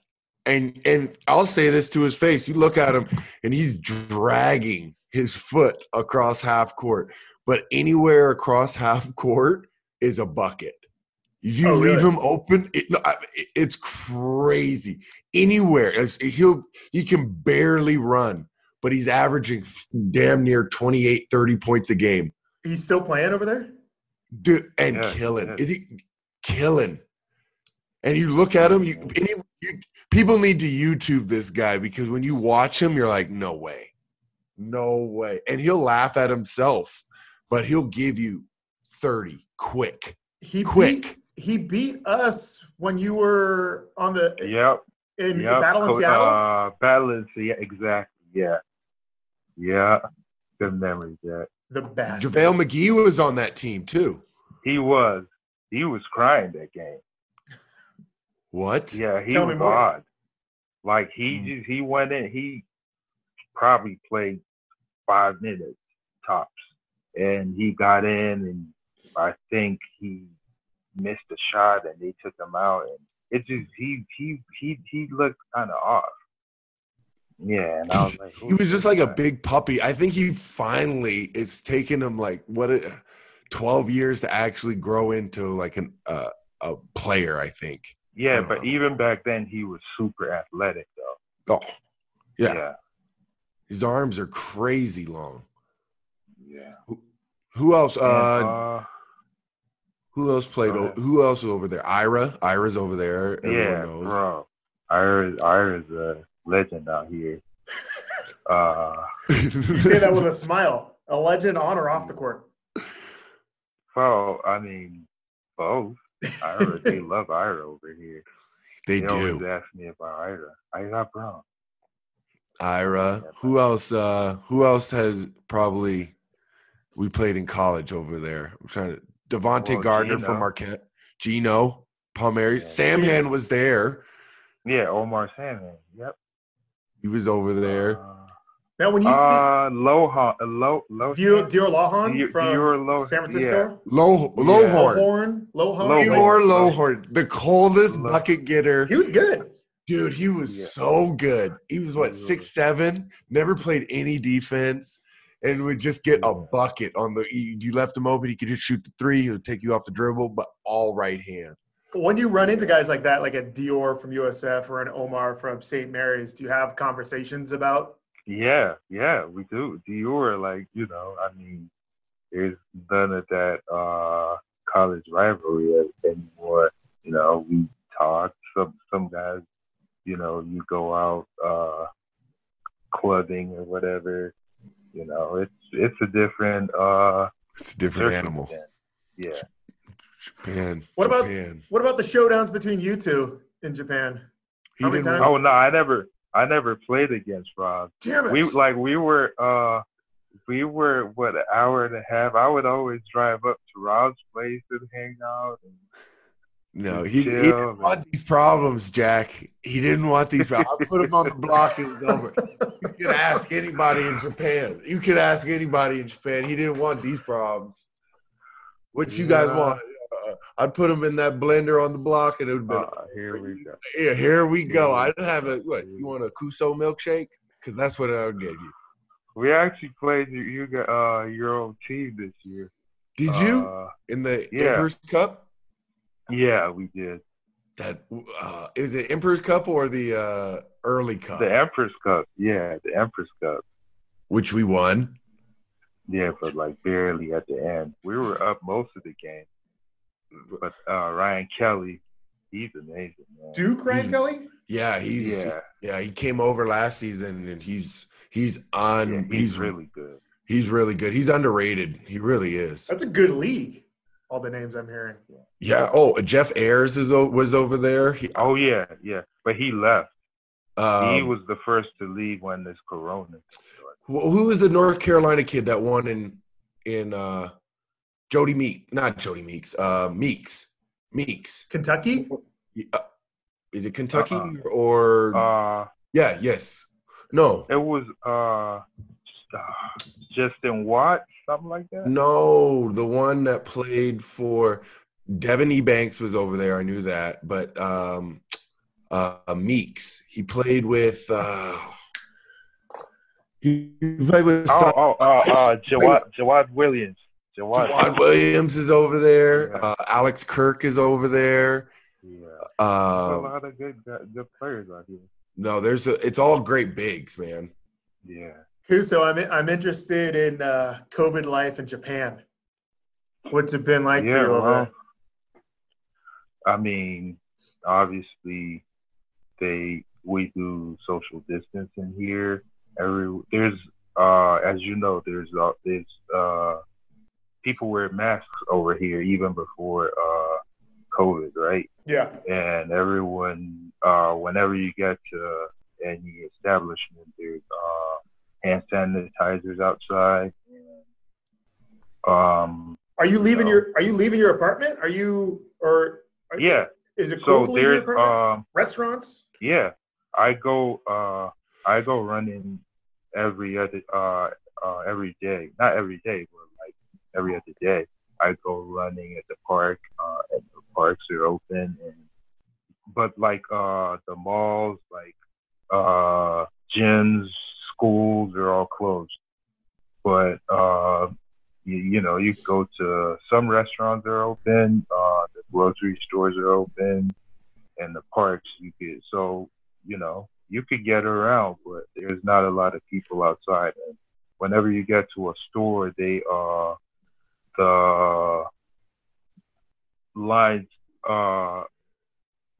C: and and I'll say this to his face: you look at him, and he's dragging his foot across half court, but anywhere across half court is a bucket. If you
B: Oh,
C: leave
B: really?
C: him open, it, no, I- it- it's crazy. Anywhere it's, he'll he can barely run, but he's averaging damn near 28, 30 points a game
B: He's still playing over there.
C: dude, and
D: Yeah,
C: killing.
D: yeah.
C: Is he killing? And you look at him. You, any, you people need to YouTube this guy because when you watch him, you're like, no way, no way. And he'll laugh at himself, but he'll give you thirty quick,
B: He
C: quick.
B: Beat, he beat us when you were on the
D: Yep.
B: in
D: yep.
B: the battle in
D: Co-
B: Seattle.
D: Uh, battle in Seattle. Exactly. Yeah. Yeah. Good memory, Jack.
B: the bastard.
C: JaVale McGee was on that team too.
D: He was. He was crying that game.
C: What?
D: Yeah, he
B: Tell me
D: was
B: more.
D: odd. Like he
C: Mm.
D: just he went in. He probably played five minutes tops, and he got in, and I think he missed a shot, and they took him out, and it just he he he he looked kind of off. Yeah, and I was
C: *laughs*
D: like,
C: He was just like a
D: big.
C: big puppy. I think he finally it's taken him like what a, 12 years to actually grow into like an uh, a player, I think.
D: Yeah,
C: Uh-huh. *laughs*
D: but even back then he was super athletic though.
C: Oh, Yeah.
D: Yeah.
C: his arms are crazy long.
D: yeah.
C: Who else
D: And,
C: uh
D: uh,
C: who else played
D: go
C: o-
D: ahead.
C: who else is over there? Ira, Ira's over there. Everyone
D: yeah,
C: knows. *laughs*
D: bro. Ira's Ira's a legend out
C: *laughs*
D: here. uh
B: You say that
D: *laughs*
B: with a smile. A legend on or off the court.
D: well, I mean both. Ira
C: *laughs*
D: they love Ira over here.
C: they
D: always
C: do.
D: ask me about Ira. Ira Brown.
C: Ira. Who else? Uh, who else has probably we played in college over there? I'm trying to Devonte
D: Well,
C: Gardner
D: Gino.
C: from Marquette, Gino Palmieri,
D: Yeah.
C: Sam Hand was there.
D: Yeah, Omar Sandman. Yep.
C: He was over there.
D: Uh,
B: Now, when you
D: uh, Lohan. uh, Lo, Lo,
B: see Dior, Dior Lahan
D: Dior-
B: from
D: Dior Lo-
B: San
D: yeah.
B: Francisco,
C: Low
D: Yeah.
C: Lowhorn.
B: Lowhorn, Lohan,
D: Lohan.
C: Lowhorn Lowhorn, the coldest
D: Low-
C: bucket getter.
B: he was good.
C: Dude, he was
D: Yeah.
C: so good. He was what
D: Absolutely.
C: six seven, never played any defense, and would just get a
D: Yeah.
C: bucket on the. You you left him open, he could just shoot the three. He would take you off the dribble, but all right hand.
B: When you run into guys like that, like a Dior from USF or an Omar from St. Mary's, do you have conversations about?
D: Yeah, yeah, we do. Dior, like, you know, I mean, there's none of that uh college rivalry anymore. You know, we talk. Some some guys, you know, you go out uh clubbing or whatever. You know, it's it's a different uh
C: It's a different animal. oh,
D: circumstance. Yeah.
C: Japan.
B: What about-
C: Japan.
B: What about the showdowns between you two in Japan?
C: He
B: how many
C: didn't.
B: times-
D: Oh no, I never I never played against Rob.
B: Damn it!
D: we like we were uh we were what an hour and a half. I would always drive up to Rob's place and hang out. And
C: No, he, he
D: chill,
C: didn't
D: man.
C: want these problems, Jack. He didn't want these. I put him on the block. It was over. You could ask anybody in Japan. You could ask anybody in Japan. He didn't want these problems. What you guys
D: Yeah.
C: want? Uh, I'd put him in that blender on the block, and it would be
D: uh, *laughs* here we go.
C: yeah, here we go. I didn't have a what? You want a Kuso milkshake? Because that's what I would give you.
D: We actually played you, you got, uh your old team this year.
C: Did you
D: Uh,
C: in the
D: yeah.
C: Emperor's Cup?
D: yeah, we did
C: That uh, is it Emperor's Cup or the uh, early cup,
D: the Empress Cup. Yeah, the Empress Cup.
C: which we won.
D: Yeah, but like barely at the end. We were up most of the game, but uh Ryan Kelly, he's amazing, man.
B: Duke Ryan
C: Hmm.
B: Kelly.
C: Yeah, he's
D: yeah,
C: Yeah, he came over last season, and he's he's on.
D: yeah,
C: he's,
D: he's really good.
C: he's really good. He's underrated. He really is.
B: That's a good league. All the names I'm hearing.
C: Yeah. Oh, Jeff Ayers is o- was over there. He, uh,
D: Oh yeah, yeah. But he left. he
C: um,
D: was the first to leave when this corona.
C: wh- who was the North Carolina kid that won in in uh, Jody Meek? Not Jody Meeks. Uh, Meeks. Meeks.
B: Kentucky.
C: Uh, is it Kentucky
D: Uh-uh.
C: or?
D: Uh
C: yeah. Yes. No.
D: it was uh Justin Watt, something like that.
C: No, the one that played for Devin Ebanks was over there. I knew that, but um, uh, Meeks he played with. Uh, he he played with
D: Oh,
C: Son-
D: oh, oh, uh, Jawad, Jawad Williams. Jawad.
C: Juwan Williams is over there.
D: Yeah.
C: Uh, Alex Kirk is over there.
D: Yeah. a
C: Um,
D: lot of good, good good players out here.
C: no, there's a, it's all great bigs, man.
D: Yeah.
B: Kuso, I'm I'm interested in uh, COVID life in Japan. What's it been like for
D: yeah,
B: you? over
D: well,
B: there?
D: I mean, obviously, they we do social distancing here. Every there's uh, as you know, there's uh, there's uh, people wear masks over here even before uh, COVID, right?
B: Yeah.
D: And everyone, uh, whenever you get to any establishment, there's uh, hand sanitizers outside. And, um,
B: Are you leaving
D: No.
B: your Are you leaving your apartment? Are you or are-
D: yeah,
B: Is it
D: so
B: cool to leave your
D: there's
B: apartment?
D: um.
B: Restaurants.
D: Yeah, I go uh I go running every other uh uh every day. Not every day, but like every other day. I go running at the park. Uh, and the parks are open, and but like uh the malls, like uh gyms, schools are all closed. But uh you, you know you go to some restaurants are open, uh the grocery stores are open and the parks you could so you know you could get around but there's not a lot of people outside and whenever you get to a store they uh the lines uh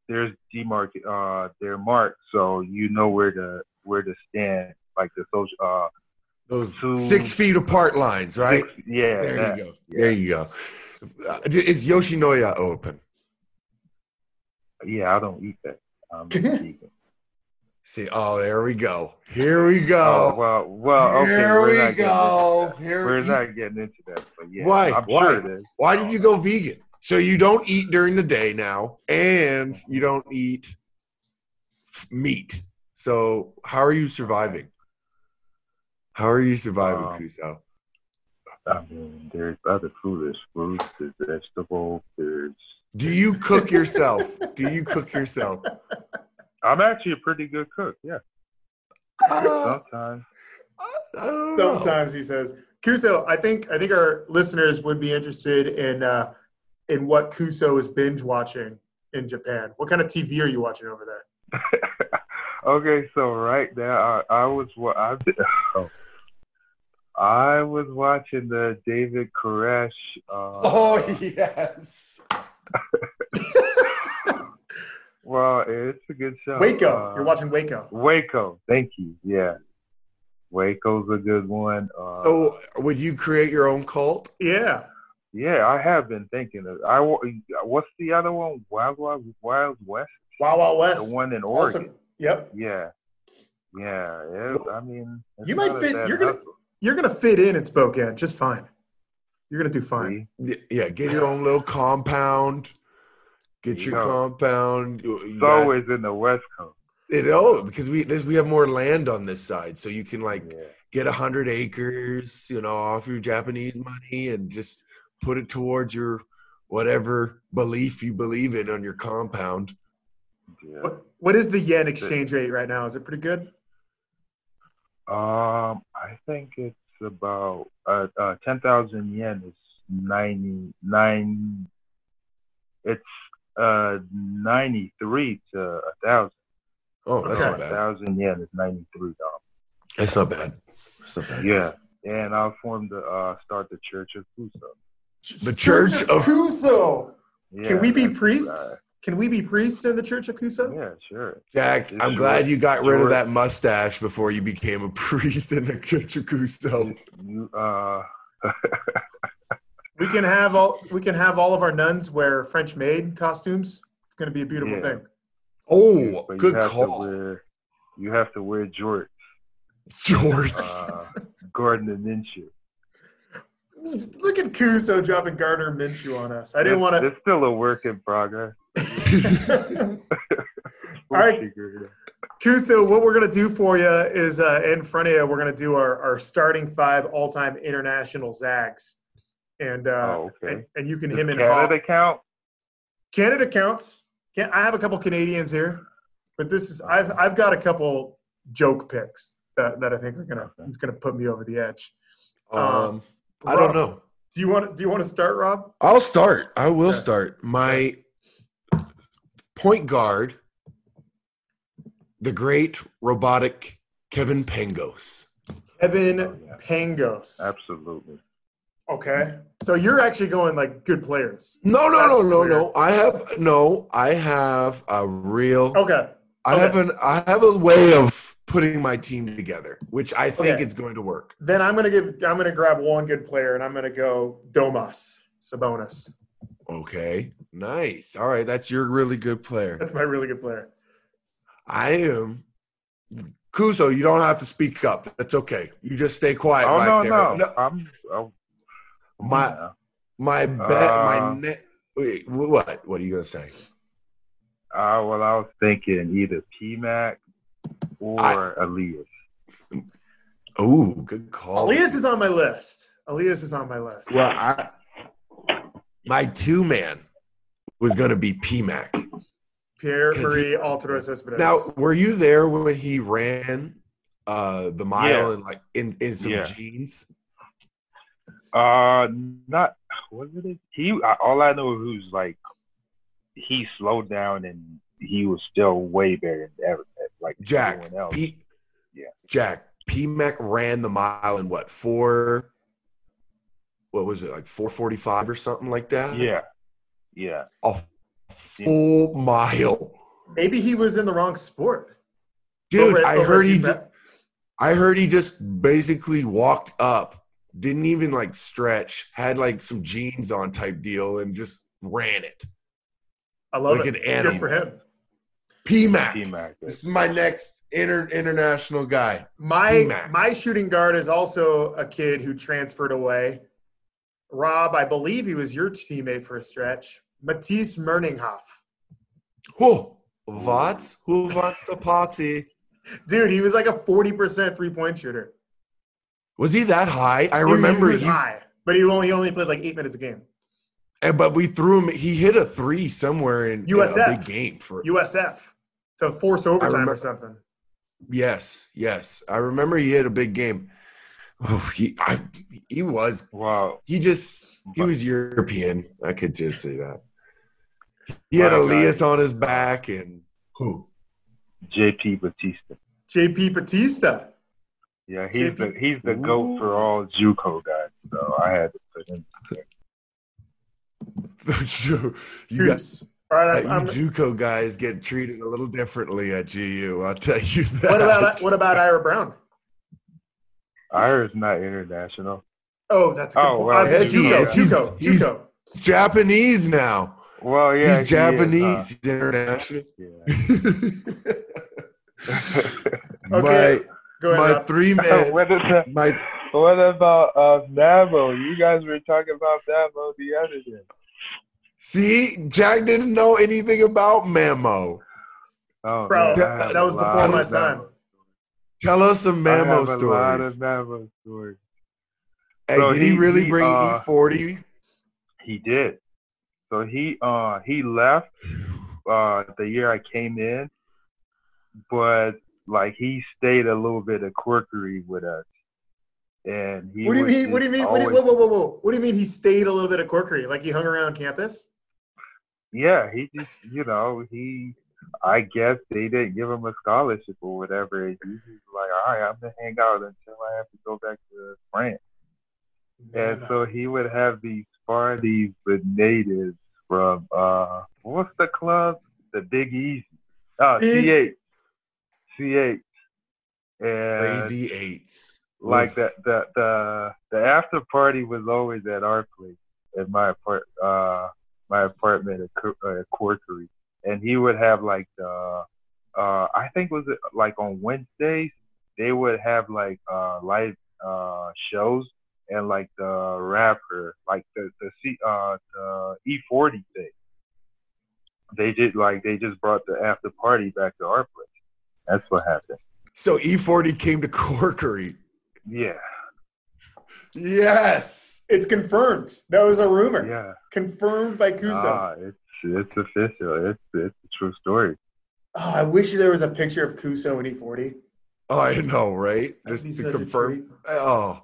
D: there's demarc uh they're marked so you know where to where to stand like the social uh
C: Those
D: Two-
C: six feet apart lines, right?
D: six- yeah
C: there
D: that-
C: you go. There you go. Uh, Is Yoshinoya open? *laughs*
D: yeah i don't eat that I'm vegan.
C: See, oh, there we go. Here we
D: Oh,
C: go.
D: well, well, okay.
C: Here
D: we're
C: we
D: not getting into
C: go.
D: that.
C: Here
D: We're
C: we-
D: not getting into that, but yeah,
C: Why?
D: I'm
C: Why?
D: sure it is.
C: Why did you go vegan? So you don't eat during the day now, and you don't eat f- meat. So how are you surviving? How are you surviving,
D: Um,
C: Kuso?
D: I mean, there's other food. There's fruits, there's vegetables, there's.
C: Do you cook yourself? Do you cook
D: *laughs*
C: yourself?
D: I'm actually a pretty good cook. Yeah,
C: Uh,
D: sometimes.
C: I don't know.
B: Sometimes he says, "Kuso, I think I think our listeners would be interested in uh, in what Kuso is binge watching in Japan. What kind of TV are you watching over there?
D: okay, so right now I, I was wa- I, *laughs* I was watching the David Koresh. Uh,
C: Oh yes.
D: well, it's a good show.
B: Waco.
D: Uh,
B: You're watching Waco.
D: Waco. Thank you. Yeah, Waco's a good one. Uh,
C: So would you create your own cult?
B: Yeah,
D: yeah, I have been thinking of. I wa- what's the other one? Wild Wild Wild West.
B: Wow Wow
D: The
B: West.
D: one in Oregon.
B: Awesome. Yep.
D: Yeah, yeah. It, I mean, it's
B: You might
D: not a
B: fit-
D: bad
B: you're gonna-
D: hustle,
B: You're gonna fit in in Spokane just fine. You're gonna do fine.
D: see?
C: Y- Yeah, get your own little compound. Get
D: There you
C: your
D: go.
C: compound. You- you
D: It's
C: got-
D: always in the West Coast.
C: It oh, because we this, we have more land on this side, so you can like
D: yeah.
C: get a hundred acres, you know, off your Japanese money and just put it towards your whatever belief you believe in on your compound.
D: Yeah.
B: What, what is the yen exchange rate right now? Is it pretty good?
D: Um, I think it's about uh, uh ten thousand yen is ninety nine. It's uh ninety three to a thousand.
C: Oh, that's
D: So
C: not
D: a
C: bad.
D: thousand yen is ninety three dollars.
C: That's not bad. That's not bad.
D: Yeah, and I formed the uh start the Church of Kuso.
C: The Church of-
B: Kuso.
D: Yeah,
B: Can we be
D: that's, uh,
B: priests? Can we be priests in the Church of Kuso?
D: yeah, sure.
C: Jack,
D: It's
C: I'm glad
D: short-
C: you got rid of
D: short.
C: that mustache before you became a *laughs* priest in the Church of Kuso.
D: You uh.
B: We can have all we can have all of our nuns wear French maid costumes. It's going to be a beautiful
D: Yeah.
B: thing.
C: Oh,
D: but
C: good
D: you have
C: call.
D: To wear, you have to wear jorts,
B: *laughs*
C: Jorts.
D: uh, Gordon and Minshew.
B: Just Look at Kuso dropping Gardner Minshew on us. I didn't want to.
D: It's still a work in progress. We'll
B: All right.
D: figure it out.
B: *laughs* Kuso, what we're going to do for you is uh, in front of you, we're going to do our, our starting five all time international Zags. And, uh,
D: oh, okay.
B: and and you can
D: Does
B: him and
D: Canada
B: Hall.
D: count?
B: Canada counts. Can, I have a couple Canadians here, but this is I've I've got a couple joke picks that, that I think are gonna
D: Okay.
B: it's gonna put me over the edge.
D: uh,
C: Um, I don't
B: Rob,
C: know.
B: Do you want do you want to start, Rob?
C: I'll start. I will
B: Okay.
C: start. My point guard, the great robotic Kevin Pangos.
B: Kevin
D: Oh, yeah.
B: Pangos.
D: Absolutely.
B: Okay, so you're actually going like good players.
C: No, no, no,
B: That's
C: no,
B: weird.
C: no. I have no. I have a real.
B: Oh, Okay,
C: I have an. I have a way of putting my team together, which I think
B: Okay.
C: it's going to work.
B: then I'm gonna give I'm gonna grab one good player and I'm gonna go Domas Sabonis.
C: Okay. Nice. All right. That's your really good player.
B: That's my really good player.
C: I am. Kuso, you don't have to speak up. That's okay. You just stay quiet
D: oh
C: back
D: no,
C: there.
D: no,
C: No,
D: I'm. I'm
C: My-
D: yeah.
C: My bet,
D: Uh,
C: my net. Wait, wh- what? What are you gonna say?
D: Uh, well, I was thinking either PMAC or Elias.
C: Oh, good call.
B: Elias is on my list. Elias is on my list.
C: Well, I, my two man was gonna be PMAC.
B: Pierre
C: 'cause
B: Marie
C: he-
B: Altidore Cespedes.
C: Now, were you there when he ran uh the mile
D: Yeah.
C: in like in in some
D: Yeah.
C: jeans?
D: Uh, not was it? He I, all I know is who's like he slowed down and he was still way better than ever. Like
C: Jack,
D: everyone else.
C: P,
D: Yeah.
C: Jack, PMAC ran the mile in what four? What was it like four forty five or something like that?
D: yeah, yeah.
C: a full mile,
B: maybe he was in the wrong sport.
C: dude.
B: Over-
C: I
B: over
C: heard he.
B: G-
C: ju- I heard he just basically walked up, didn't even like stretch, had like some jeans on type deal, and just ran it
B: I love
C: like
B: it.
C: an
B: Good
C: animal.
B: for him.
C: PMAC.
D: T-Mac.
C: This is my next inter- international guy.
B: My
C: Mac.
B: my shooting guard is also a kid who transferred away. Rob, I believe he was your teammate for a stretch. Matisse Merninghoff.
C: Who? What's? Who wants the party?
B: Dude, he was like a 40% three-point shooter.
C: Was he that high? I
B: He-
C: remember
B: he was
C: he,
B: high, but he only, he only played like 8 minutes a game.
C: eh, but we threw him. He hit a three somewhere in, in a
B: USF.
C: big game for
B: USF to force overtime or
C: remember-
B: something.
C: Yes, yes. I remember he had a big game. Oh, he I, he was
D: Wow.
C: he just he was European. I could just say that. He had
D: My
C: Elias
D: God.
C: on his back and who?
D: JP Batista.
B: JP Batista.
D: Yeah, he's
B: JP.
D: the he's the goat
C: Ooh.
D: for all JUCO guys. So I had to put him.
C: Sure. *laughs* you got
B: Who's- All right, I'm-
C: you
B: I'm-
C: JUCO guys get treated a little differently at GU. I'll tell you that.
B: what
C: *laughs*
B: about what about Ira Brown?
D: Ira's not international.
B: Oh, that's a good
D: Oh,
B: point.
D: well,
B: Uh,
C: yes, he
B: Juco,
C: is. He's-
B: Juco,
C: he's-
B: Juco.
C: He's Japanese now?
D: Well, yeah,
C: he's
D: he is,
C: Japanese.
D: huh?
C: He's
D: *laughs*
C: international. *laughs*
B: Okay, Go
C: my
B: ahead.
C: my
B: Rob.
D: *laughs*
C: three
D: Yeah.
C: man
D: what, about,
C: my
D: what about uh, Navo? You guys were talking about Navo the other day.
C: See, Jack didn't know anything about Mamo.
B: Bro,
D: Oh, man, I
C: that-
D: have
B: that was
D: a
B: before
D: lot
B: my
D: of
B: time.
D: Navo-
C: Tell us some
D: I have
C: Mamo
D: a lot of
C: stories.
D: Navo stories.
C: Hey,
D: So
C: did
D: he-
C: he really
D: he,
C: bring E
D: uh,
C: E40?
D: He did. So he uh he left uh the year I came in, but like he stayed a little bit of quirkery with us. And he
B: What do you
D: was
B: mean? What do you
D: just
B: mean? What do you, whoa,
D: always-
B: whoa, whoa, whoa! What do you mean? He stayed a little bit of quirkery, like he hung around campus.
D: Yeah, he just you know, he I guess they didn't give him a scholarship or whatever. and He was like, All right, I'm gonna hang out until I have to go back to France. And so he would have these parties with natives from uh what's the club? The Big Easy. Uh
B: Big-
D: C eight. C eight. And
C: Lazy eights.
D: like the, the the the after party was always at our place at my apart uh my apartment at, Cor- uh, at Corkery. and he would have like the uh I think was it like on Wednesdays they would have like uh live uh shows and like the rapper like the the C uh the E forty thing they did like they just brought the after party back to our place that's what happened
C: So E40 came to Corkery.
D: yeah
C: Yes.
B: it's confirmed. That was a rumor.
D: yeah.
B: Confirmed by Kuso.
D: Ah, it's it's official. It's it's a true story.
B: oh, I wish there was a picture of Kuso in E40.
C: Oh, I know, right?
B: That'd
C: Just
B: be
C: to
B: such a
C: confirm.
B: treat.
C: Oh.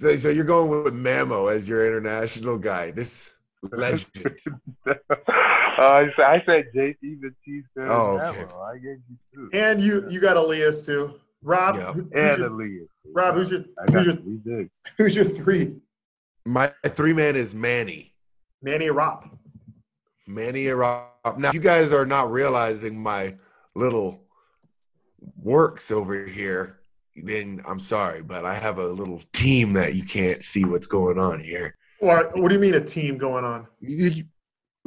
C: They- So you're going with Mamo as your international guy. This
B: *laughs*
C: legend.
D: *laughs* uh, I said- I said JT Batista.
C: Oh,
D: and
C: okay.
D: Nemo. I gave you two.
B: And you, you got Elias too. Rob,
C: Yeah.
B: who- who's,
D: And
B: your,
D: Aaliyah.
B: Rob, who's your who's
D: I got
B: your
D: you. we did.
B: who's your three?
C: My three man is Manny.
B: Manny Rop.
C: Manny and Rob. Now you guys are not realizing my little works over here. Then I'm sorry, but I have a little team that you can't see what's going on here.
B: What, what do you mean a team going on?
C: You-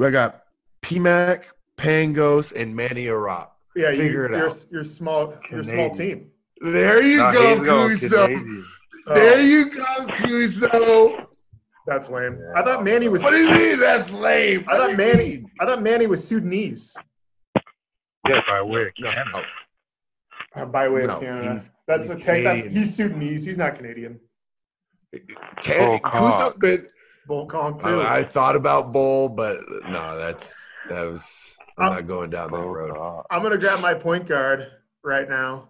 C: I got PMAC, Pangos, and Manny and Rob.
B: Yeah, you,
C: Figure
B: you're
C: it out.
B: you're small. You're a small team.
C: There you
D: Nah,
C: go,
D: he's going
C: Cuso.
D: Canadian.
B: Oh,
C: There you go, Cuso.
B: that's lame.
D: Yeah.
B: I thought Manny was.
C: What do you mean that's lame?
B: I thought
C: What do you
B: Manny.
C: mean?
B: I thought Manny was Sudanese
D: Yes, I wear
C: No,
D: Canada.
C: no.
B: uh, by way of
C: No,
B: Canada.
C: he's-
B: that's
C: he's
B: a tech. That's,
C: Canadian.
B: he's Sudanese. He's not Canadian.
C: Can,
D: Oh,
C: Cuso's been
B: Bull Kong too.
C: Oh, I, I thought about bowl, but no, that's that was. I'm
B: Uh,
C: not going down that road.
D: Oh,
B: I'm gonna grab my point guard right now.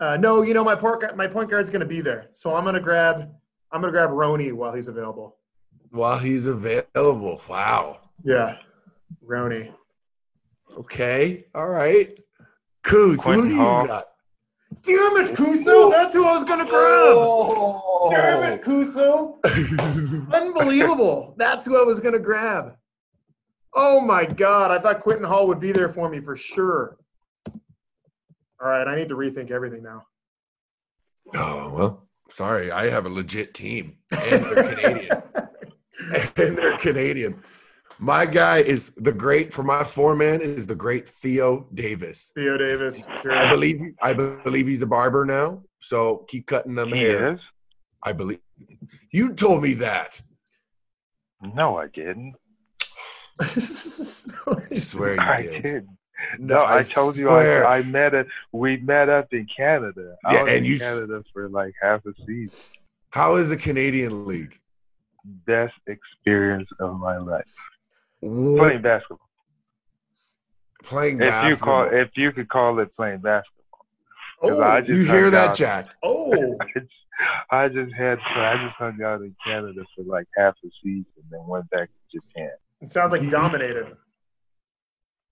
B: Uh, no, you know my point. gu- My point guard's gonna be there, so I'm gonna grab. I'm gonna grab Roni while he's available.
C: While he's available, wow.
B: Yeah, Roni.
C: Okay, all right. Coos, who
D: Quentin
C: do you
D: Hall.
C: got?
B: Damn it, Kuso! That's who I was gonna grab.
C: Oh.
B: Damn it, Kuso!
C: *laughs*
B: Unbelievable. That's who I was going to grab. Oh my God. I thought Quentin Hall would be there for me for sure. All right. I need to rethink everything
C: *laughs*
B: now.
C: Oh, well, sorry. *laughs* I have a legit team, and they're Canadian, and they're Canadian. My guy is the great for my foreman is the great Theo Davis.
B: Theo Davis, sure.
C: I believe I believe he's a barber now, so keep cutting them
D: He
C: hair.
D: is?
C: I believe you told me that.
D: No, I didn't.
C: I swear
D: *laughs* I
C: you did.
D: didn't. No, I, told you
C: swear.
D: I, I met up. We met up in Canada. I
C: Yeah,
D: was
C: and
D: in
C: you s-
D: Canada for like half a season.
C: How is the Canadian league?
D: Best experience of my life
C: What,
D: playing basketball.
C: playing
D: If you
C: basketball.
D: call, if you could call it playing basketball, *laughs* 'Cause
B: *laughs* oh,
D: I just
C: you hear
D: hung
C: that,
D: out-
C: Jack?
B: oh,
D: I just had I just hung out in Canada for like half a season, then went back to Japan.
B: it sounds like dominated.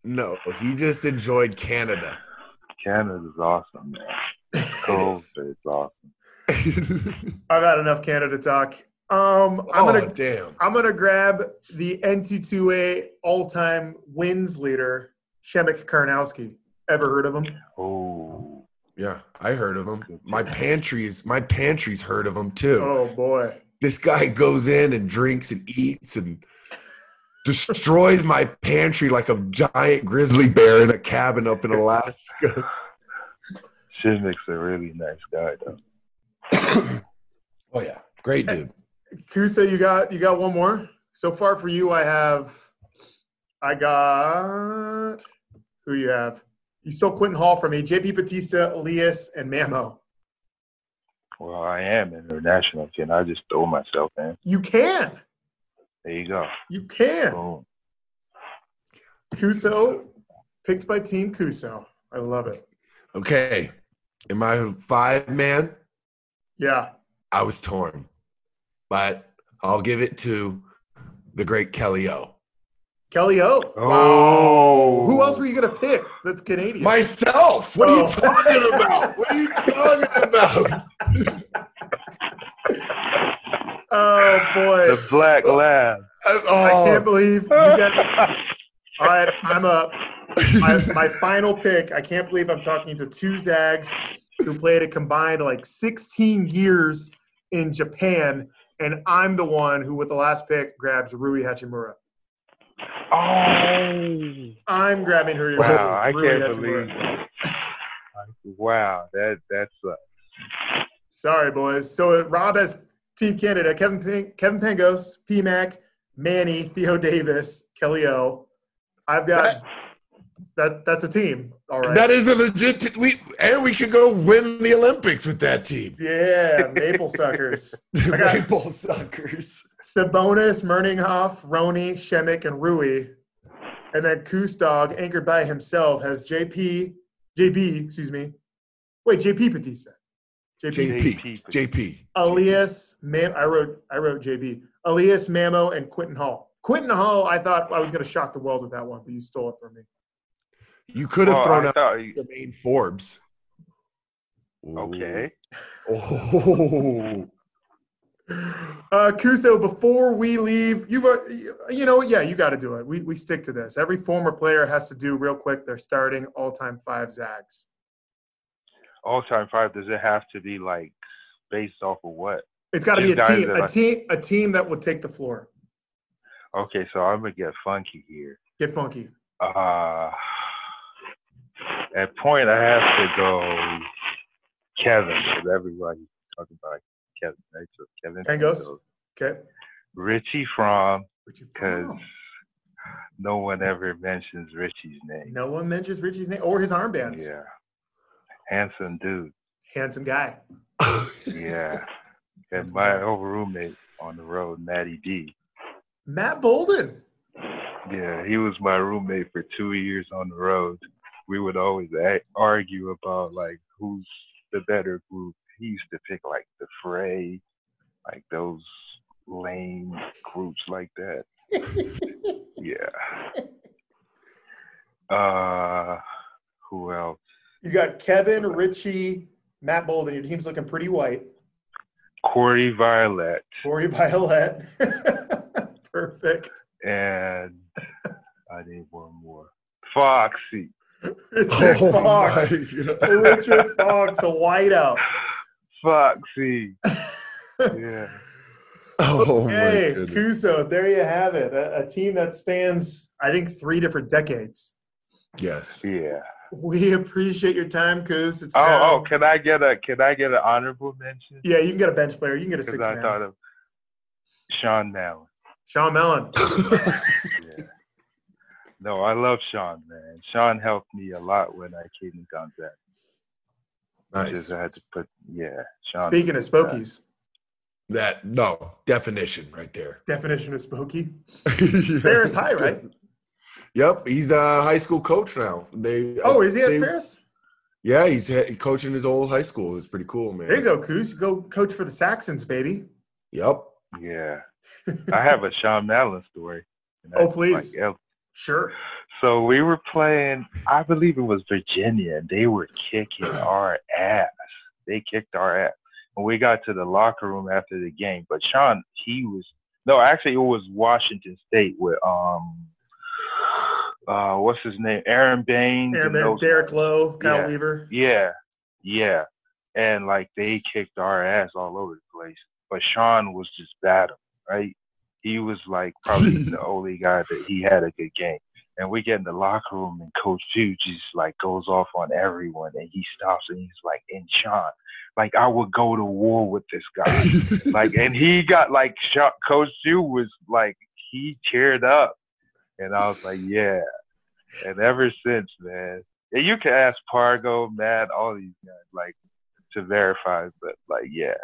C: No, he just enjoyed
D: *laughs*
C: Canada. *laughs*
D: Canada's awesome, man. Cold,
C: is.
D: but it's awesome.
C: Oh,
B: I've had enough Canada talk. Um, I'm
C: oh,
B: gonna
C: damn.
B: I'm gonna grab the NC2A all-time wins leader, Shemek Karnowski. Ever heard of him?
D: Oh,
C: Yeah, I
B: *laughs*
C: heard of him. My pantries, my pantries heard of him too.
B: Oh boy.
C: This guy goes in and drinks and eats and destroys my pantry like a giant grizzly bear in a cabin up
B: *laughs*
C: in Alaska.
D: Shimmick's a really nice guy, though.
C: oh yeah, great dude.
B: Kusa, you got you got one more? So far for you, I have I got who do you have? You stole Quentin Hall from me, JP Batista, Elias, and Mamo.
D: Well, I am international, Can I just throw myself in.
B: You can.
D: There you go.
B: You can.
D: Boom.
B: Kuso picked by Team Kuso. I love it.
C: Okay, in my five man,
B: Yeah.
C: I was torn, but I'll give it to the great Kelly O.
B: Kelly O.
D: Oh.
B: Who else were you gonna pick? That's Canadian.
C: Myself. What are
B: Oh.
C: you talking about? What are you talking about?
B: oh boy.
D: The Black Lab.
B: *laughs* I can't
C: Oh,
B: believe you
D: *laughs*
B: guys All right, I'm up. My, my final pick. I can't believe I'm talking to two Zags who played a combined like 16 years in Japan, and I'm the one who, with the last pick, grabs Rui Hachimura.
D: oh.
B: I'm grabbing Rui.
D: Wow, I
B: Rui
D: can't
B: Hachimura.
D: believe that. Wow, that that's uh,
B: Sorry, boys. So Rob has Team Canada: Kevin Ping, Kevin Pangos, PMAC, Manny, Theo Davis, Kelly O. I've got that. That's a team. All right.
C: that is a legit. t- we and we could go win the Olympics with that team.
B: yeah, maple suckers. *laughs* I got-
C: Maple suckers.
B: *laughs* Sabonis, Merninghoff, Roni, Shemek, and Rui. And then Kustog, anchored by himself, has JP, JB, excuse me. Wait, JP Batista. JP.
D: J-
C: JP. JP.
B: Elias, Mam- I wrote I wrote JB. Elias, Mamo, and Quentin Hall. Quentin Hall, I thought I was going to shock the world with that one, but you stole it from me.
C: You could have
D: well,
C: thrown
D: I
C: out
D: thought-
C: the main Forbes. Ooh.
D: okay.
B: *laughs*
C: Oh.
B: Uh, Kuso, before we leave, you've uh, you know yeah you got to do it. We we stick to this. Every former player has to do real quick. They're starting all time five zags.
D: All time five, does it have to be like based off of what?
B: It's got to be a
D: These guys
B: team,
D: are
B: a
D: like-
B: team, a team that will take the floor.
D: Okay, so I'm gonna get funky here.
B: Get funky.
D: Uh at point I have to go Kevin, because everybody talking about Kevin, right? So Kevin
B: Pangos?
D: Pangos,
B: Okay.
D: Richie Fromm,
B: Richie
D: because
B: Fromm.
D: no one ever mentions Richie's name.
B: Oh. No one mentions Richie's name or his armbands.
D: Yeah. Handsome dude.
B: Handsome guy. *laughs*
D: Yeah. and
B: That's
D: my
B: bad.
D: old roommate on the road, Matty D.
B: Matt Bolden.
D: Yeah, he was my roommate for two years on the road. We would always a argue about like who's the better group. He used to pick like the Fray, like those lame groups like that. yeah. Uh, who else?
B: You got Kevin, Richie, Matt Bolden. Your team's looking pretty white.
D: Corey Violet
B: Corey Violet. *laughs* Perfect.
D: and I need one more. Foxy. *sighs*
B: Richard
C: Oh
B: Fox.
C: my God.
B: Richard
C: Oh
B: Fox, a whiteout.
D: Foxy. Yeah.
C: *laughs* Oh
B: Hey,
C: my goodness.
B: Kuso, there you have it. A, a team that spans, I think, three different decades.
C: Yes.
D: Yeah.
B: We *laughs* appreciate your time, Kus. It's
D: Oh,
B: now-
D: oh, can I get a can I get an honorable mention?
B: yeah. You can get a bench player. You can get a
D: Because
B: six
D: I
B: man.
D: thought of Sean Mallon.
B: Sean Mellon.
D: Yeah. No, I love Sean, man. Sean helped me a lot when I came in contact.
C: nice.
D: Because I had to put, yeah, Sean.
B: *laughs* Speaking of Spokies,
C: That no definition right there.
B: definition of Spooky.
C: *laughs* Yeah.
B: Ferris High, right?
C: Yep, he's a high school coach now. They
B: Oh, is he at
C: they-
B: Ferris?
C: Yeah, he's he- coaching his old high school. It's pretty cool, man.
B: There you go, Kus. Go coach for the Saxons, baby. *laughs*
C: Yep.
D: Yeah. I have a Sean Mallon story. and
B: Oh,
D: I-
B: please.
D: like, el-
B: Sure.
D: so we were playing, I believe it was Virginia, and they were kicking our ass. They kicked our ass. And we got to the locker room after the game. But Sean, he was, no, actually, it was Washington State with, um, uh, what's his name? Aaron Baines. and
B: Airman
D: those
B: Derek Lowe, Kyle
D: Yeah.
B: Weaver.
D: Yeah, yeah. And like they kicked our ass all over the place. But Sean was just battle, right? He was like probably the only guy that he had a good game. And we get in the locker room and Coach Pugh just like goes off on everyone and he stops and he's like, and Sean, like I would go to war with this guy. like and he got like Sean, Coach Pugh was like he cheered up. And I was like, Yeah. And ever since, man, and you can ask Pargo, Matt, all these guys, like to verify. But like, yeah,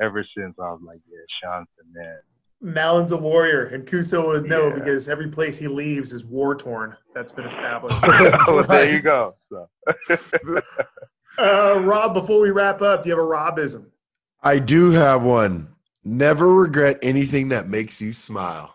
D: ever since I was like, yeah, Sean's the man. *laughs*
B: Mallon's a warrior, and Kuso would know
D: Yeah.
B: because every place he leaves is war torn. That's been established.
D: well, there you go. So,
B: Uh, Rob, before we wrap up, do you have a Robism?
C: I do have one. Never regret anything that makes you smile.